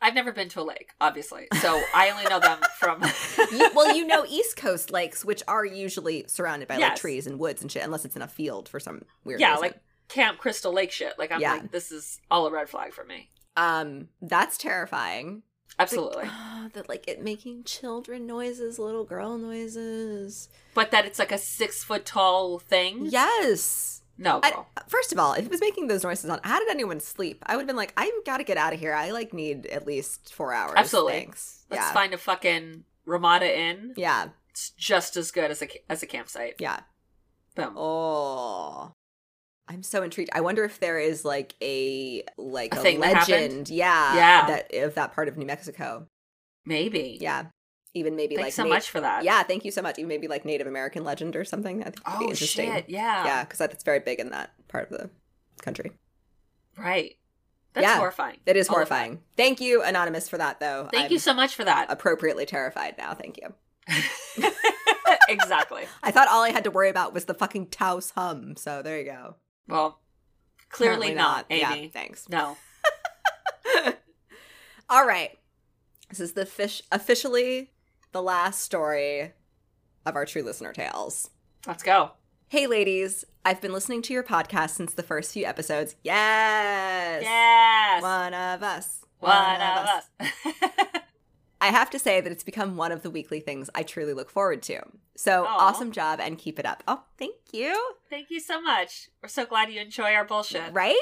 A: I've never been to a lake, obviously, so I only know them from.
B: You- well, you know East Coast lakes, which are usually surrounded by like
A: Yes.
B: trees and woods and shit, unless it's in a field for some weird
A: Yeah,
B: reason.
A: like- Camp Crystal Lake shit. Like I'm
B: Yeah.
A: like, this is all a red flag for me.
B: um, that's terrifying.
A: Absolutely.
B: like, ah, that like it making children noises, little girl noises.
A: but that it's like a six foot tall thing.
B: Yes.
A: No.
B: I-
A: Girl.
B: First of all, if it was making those noises on, how did anyone sleep? I would have been like, I've got to get out of here. I like need at least four hours.
A: Absolutely.
B: Thanks.
A: Let's
B: yeah.
A: find a fucking Ramada Inn.
B: Yeah.
A: It's just as good as a as a campsite.
B: Yeah.
A: Boom.
B: Oh. I'm so intrigued. I wonder if there is like a like
A: A
B: a,
A: thing that happened?
B: legend, yeah,
A: Yeah.
B: that of that part of New Mexico.
A: Maybe.
B: Yeah, even maybe
A: Thanks
B: like
A: so
B: Na-
A: much for that.
B: Yeah, thank you so much. Even maybe like Native American legend or something. I think would be
A: Oh
B: interesting.
A: shit. Yeah.
B: Yeah, because that's very big in that part of the country.
A: Right. That's
B: Yeah.
A: horrifying.
B: It is
A: All of that.
B: horrifying. Thank you, Anonymous, for that, though.
A: Thank
B: I'm
A: you so much for that.
B: appropriately terrified now. Thank you.
A: exactly.
B: I thought all I had to worry about was the fucking Taos hum. So there you go.
A: Well, clearly
B: Apparently
A: not,
B: Yeah,
A: Amy.
B: thanks.
A: No.
B: All right. This is the fish officially the last story of our true listener tales.
A: Let's go.
B: Hey, ladies. I've been listening to your podcast since the first few episodes. Yes.
A: Yes.
B: One of us.
A: One of us.
B: I have to say that it's become one of the weekly things I truly look forward to. So
A: Aw.
B: awesome job and keep it up. Oh, thank you.
A: Thank you so much. We're so glad you enjoy our bullshit.
B: Right?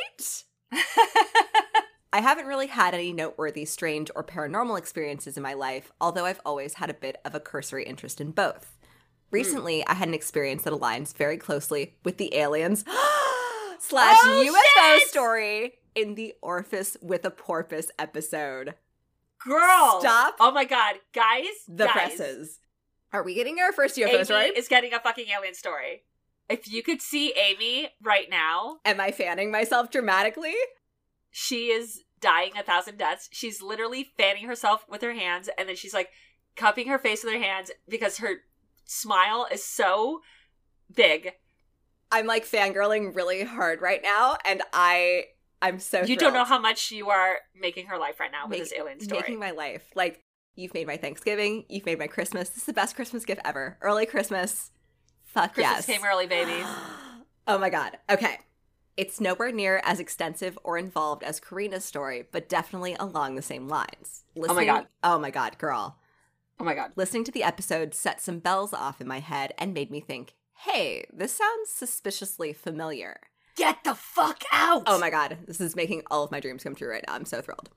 B: I haven't really had any noteworthy, strange, or paranormal experiences in my life, although I've always had a bit of a cursory interest in both.
A: Hmm.
B: Recently, I had an experience that aligns very closely with the aliens slash
A: Oh,
B: UFO
A: shit!
B: story in the Orifice with a Porpoise episode.
A: Girl.
B: Stop
A: Oh my god. Guys.
B: the
A: guys.
B: presses. Are we getting our first UFOs
A: Amy
B: right?
A: is getting a fucking alien story. If you could see Amy right now,
B: Am I fanning myself dramatically?
A: she is dying a thousand deaths. She's literally fanning herself with her hands, and then she's like cupping her face with her hands because her smile is so big.
B: I'm like fangirling really hard right now, and I I'm so
A: You don't
B: thrilled.
A: know how much you are making her life right now with
B: Make-
A: this alien story.
B: making my life. Like you've made my Thanksgiving, you've made my Christmas. This is the best Christmas gift ever. Early Christmas, fuck
A: Christmas
B: yes,
A: came early, baby.
B: oh my god. Okay, it's nowhere near as extensive or involved as Karina's story, but definitely along the same lines. Listening,
A: God.
B: oh my god, girl.
A: Oh my god.
B: Listening to the episode set some bells off in my head and made me think, hey, this sounds suspiciously familiar.
A: Get the fuck out.
B: Oh my god, this is making all of my dreams come true right now. I'm so thrilled.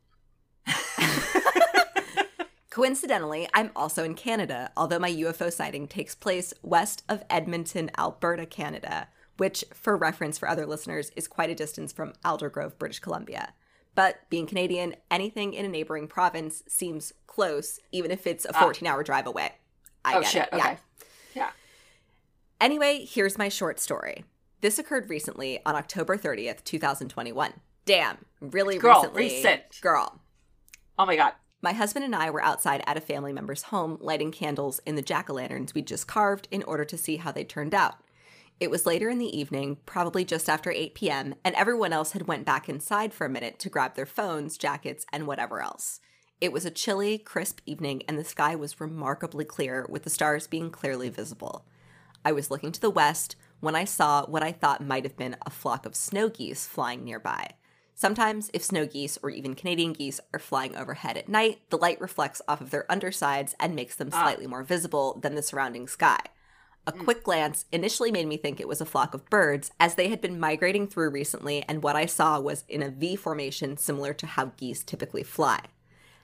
B: Coincidentally, I'm also in Canada, although my UFO sighting takes place west of Edmonton, Alberta, Canada, which, for reference for other listeners, is quite a distance from Aldergrove, British Columbia. But being Canadian, anything in a neighboring province seems close, even if it's a 14 hour drive away. I
A: Ah. Oh
B: get
A: shit.
B: It.
A: Okay.
B: Yeah. Anyway, here's my short story. This occurred recently on October 30th, 2021. Damn, really
A: Girl,
B: recently.
A: recent.
B: Girl.
A: Oh my god.
B: My husband and I were outside at a family member's home lighting candles in the jack o' lanterns we'd just carved in order to see how they turned out. It was later in the evening, probably just after 8 p.m., and everyone else had went back inside for a minute to grab their phones, jackets, and whatever else. It was a chilly, crisp evening, and the sky was remarkably clear, with the stars being clearly visible. I was looking to the west when I saw what I thought might have been a flock of snow geese flying nearby. Sometimes, if snow geese or even Canadian geese are flying overhead at night, the light reflects off of their undersides and makes them
A: Ah.
B: slightly more visible than the surrounding sky. A
A: Hmm.
B: quick glance initially made me think it was a flock of birds, as they had been migrating through recently, and what I saw was in a V formation similar to how geese typically fly.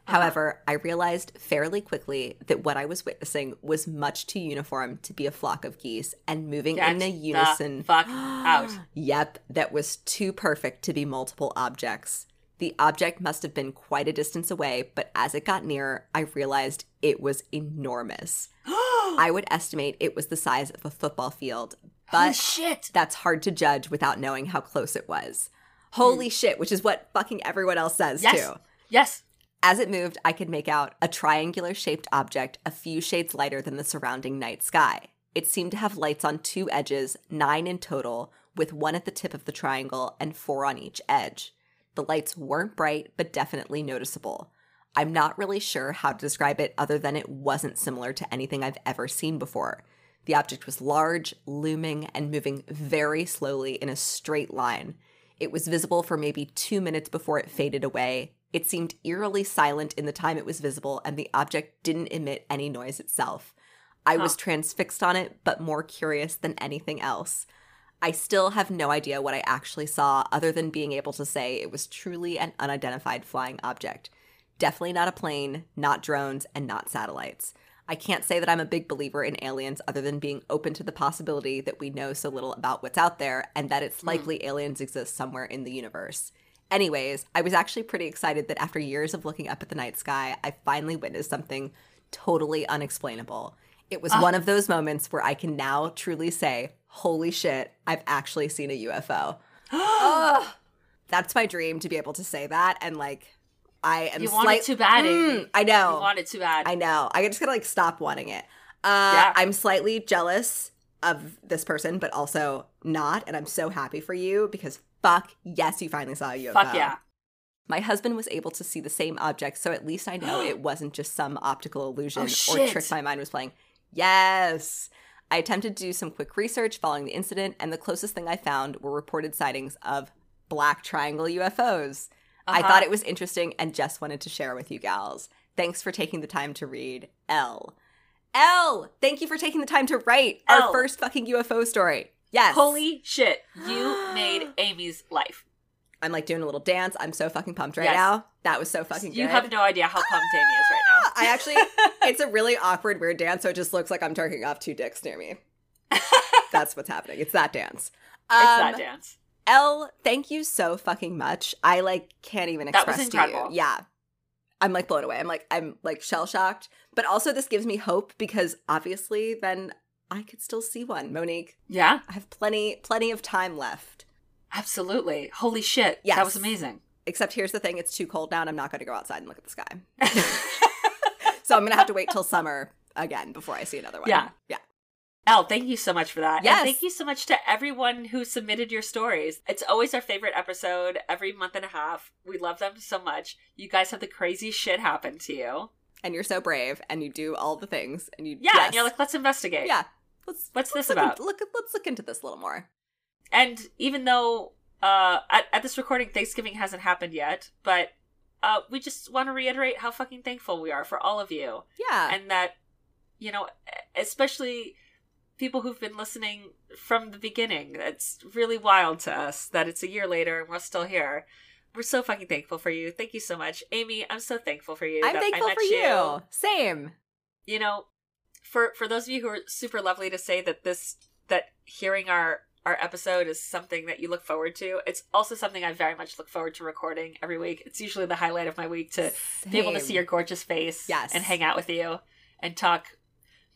A: Uh-huh.
B: However, I realized fairly quickly that what I was witnessing was much too uniform to be a flock of geese and moving
A: Get
B: in
A: the
B: a unison.
A: fuck out.
B: Yep, that was too perfect to be multiple objects. The object must have been quite a distance away, but as it got nearer, I realized it was enormous. I would estimate it was the size of a football field,
A: Holy
B: but
A: Oh, shit.
B: that's hard to judge without knowing how close it was. Holy shit, which is what fucking everyone else says
A: Yes.
B: too.
A: Yes.
B: As it moved, I could make out a triangular shaped object a few shades lighter than the surrounding night sky. It seemed to have lights on two edges, nine in total, with one at the tip of the triangle and four on each edge. The lights weren't bright, but definitely noticeable. I'm not really sure how to describe it other than it wasn't similar to anything I've ever seen before. The object was large, looming, and moving very slowly in a straight line. It was visible for maybe two minutes before it faded away. It seemed eerily silent in the time it was visible, and the object didn't emit any noise itself. I was
A: Huh.
B: transfixed on it, but more curious than anything else. I still have no idea what I actually saw, other than being able to say it was truly an unidentified flying object. Definitely not a plane, not drones, and not satellites. I can't say that I'm a big believer in aliens other than being open to the possibility that we know so little about what's out there and that
A: Hmm.
B: it's likely aliens exist somewhere in the universe. Anyways, I was actually pretty excited that after years of looking up at the night sky, I finally witnessed something totally unexplainable. It
A: Ah.
B: was one of those moments where I can now truly say, holy shit, I've actually seen a UFO. Ugh. that's my dream to be able to say that. And like, I am
A: You want it
B: slight-
A: too bad, Amy.
B: Mm, I know.
A: You want it too bad.
B: I know. I just gotta like stop wanting it. Uh,
A: Yeah.
B: I'm slightly jealous of this person, but also not. And I'm so happy for you because fuck yes, you finally saw a UFO.
A: Fuck yeah.
B: My husband was able to see the same object, so at least I know it wasn't just some optical illusion
A: Oh,
B: or
A: shit.
B: trick my mind was playing. Yes. I attempted to do some quick research following the incident, and the closest thing I found were reported sightings of black triangle UFOs. I
A: Uh-huh.
B: thought it was interesting and just wanted to share with you gals. Thanks for taking the time to read L. L, thank you for taking the time to write our
A: L.
B: first fucking UFO story. Yes.
A: Holy shit. You made Amy's life.
B: I'm like doing a little dance. I'm so fucking pumped right
A: Yes.
B: now. That was so fucking
A: You
B: good. Ah,
A: have no idea how pumped Amy is right now.
B: I actually, it's a really awkward, weird dance. So it just looks like I'm jerking off two dicks near me. That's what's happening. It's that dance.
A: It's
B: Um,
A: that dance.
B: L, thank you so fucking much. I like can't even
A: That was
B: express to
A: incredible.
B: you. Yeah. I'm like blown away. I'm like I'm like shell shocked, but also this gives me hope because obviously then I could still see one. Monique,
A: Yeah,
B: I have plenty plenty of time left.
A: absolutely. Holy shit.
B: Yes.
A: That was amazing.
B: Except here's the thing, it's too cold now and I'm not going to go outside and look at the sky. so I'm going to have to wait till summer again before I see another one.
A: Yeah.
B: Yeah.
A: Elle, thank you so much for that.
B: Yes.
A: And thank you so much to everyone who submitted your stories. It's always our favorite episode every month and a half. We love them so much. You guys have the crazy shit happen to you.
B: And you're so brave and you do all the things and you
A: Yeah,
B: yes.
A: and you're like, let's investigate.
B: Yeah. Let's
A: What's this
B: look, in-
A: about?
B: look let's look into this a little more.
A: And even though uh, at, at this recording, Thanksgiving hasn't happened yet, but uh, we just want to reiterate how fucking thankful we are for all of you.
B: Yeah.
A: and that you know especially people who've been listening from the beginning it's really wild to us that it's a year later and we're still here we're so fucking thankful for you thank you so much amy i'm so thankful for you
B: I'm
A: that I
B: thankful
A: met
B: for you. Same.
A: you know for for those of you who are super lovely to say that this that hearing our our episode is something that you look forward to it's also something i very much look forward to recording every week it's usually the highlight of my week to be able to see your gorgeous face
B: Yes.
A: and hang out with you and talk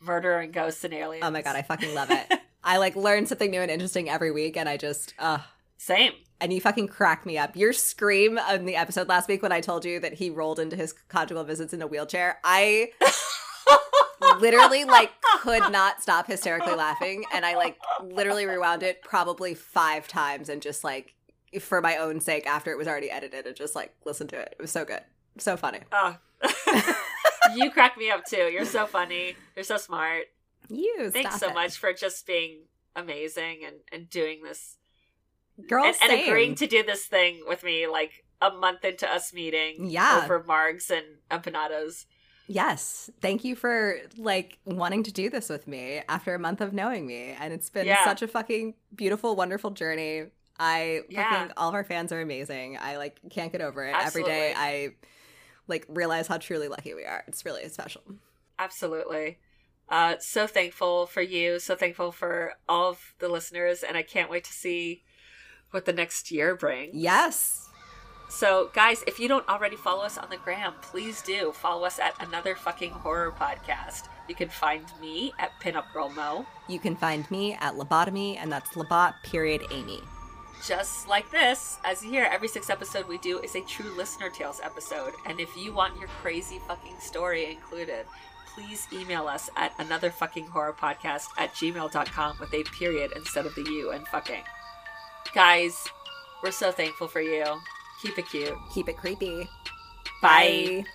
A: murder and ghosts and aliens.
B: Oh my god, I fucking love it. I like learn something new and interesting every week, and I just uh
A: Same.
B: and you fucking crack me up. Your scream on the episode last week when I told you that he rolled into his conjugal visits in a wheelchair, I literally like could not stop hysterically laughing, and I like literally rewound it probably five times and just like for my own sake after it was already edited and just like listened to it. It was so good, so funny.
A: Oh. you crack me up too. You're so funny. You're so smart.
B: You
A: Thanks
B: stop
A: so
B: it.
A: much for just being amazing and, and doing this
B: girl.
A: and, and
B: same.
A: agreeing to do this thing with me like a month into us meeting
B: Yeah.
A: over margs and empanadas.
B: Yes. Thank you for like wanting to do this with me after a month of knowing me. And it's been
A: Yeah.
B: such a fucking beautiful, wonderful journey. I
A: Yeah.
B: fucking all of our fans are amazing. I like can't get over it. Every day I like realize how truly lucky we are. It's really special.
A: Absolutely. Uh, so thankful for you. So thankful for all of the listeners. And I can't wait to see what the next year brings.
B: Yes.
A: So, guys, if you don't already follow us on the gram, please do follow us at another fucking horror podcast. You can find me at Pinup Girl Mo,
B: You can find me at Lobotomy, and that's Lobot period Amy.
A: just like this. As you hear, every sixth episode we do is a true listener tales episode. And if you want your crazy fucking story included, please email us at another fucking horror podcast at gmail.com with a period instead of the U and fucking. Guys, we're so thankful for you. Keep it cute.
B: Keep it creepy.
A: Bye.
B: Bye.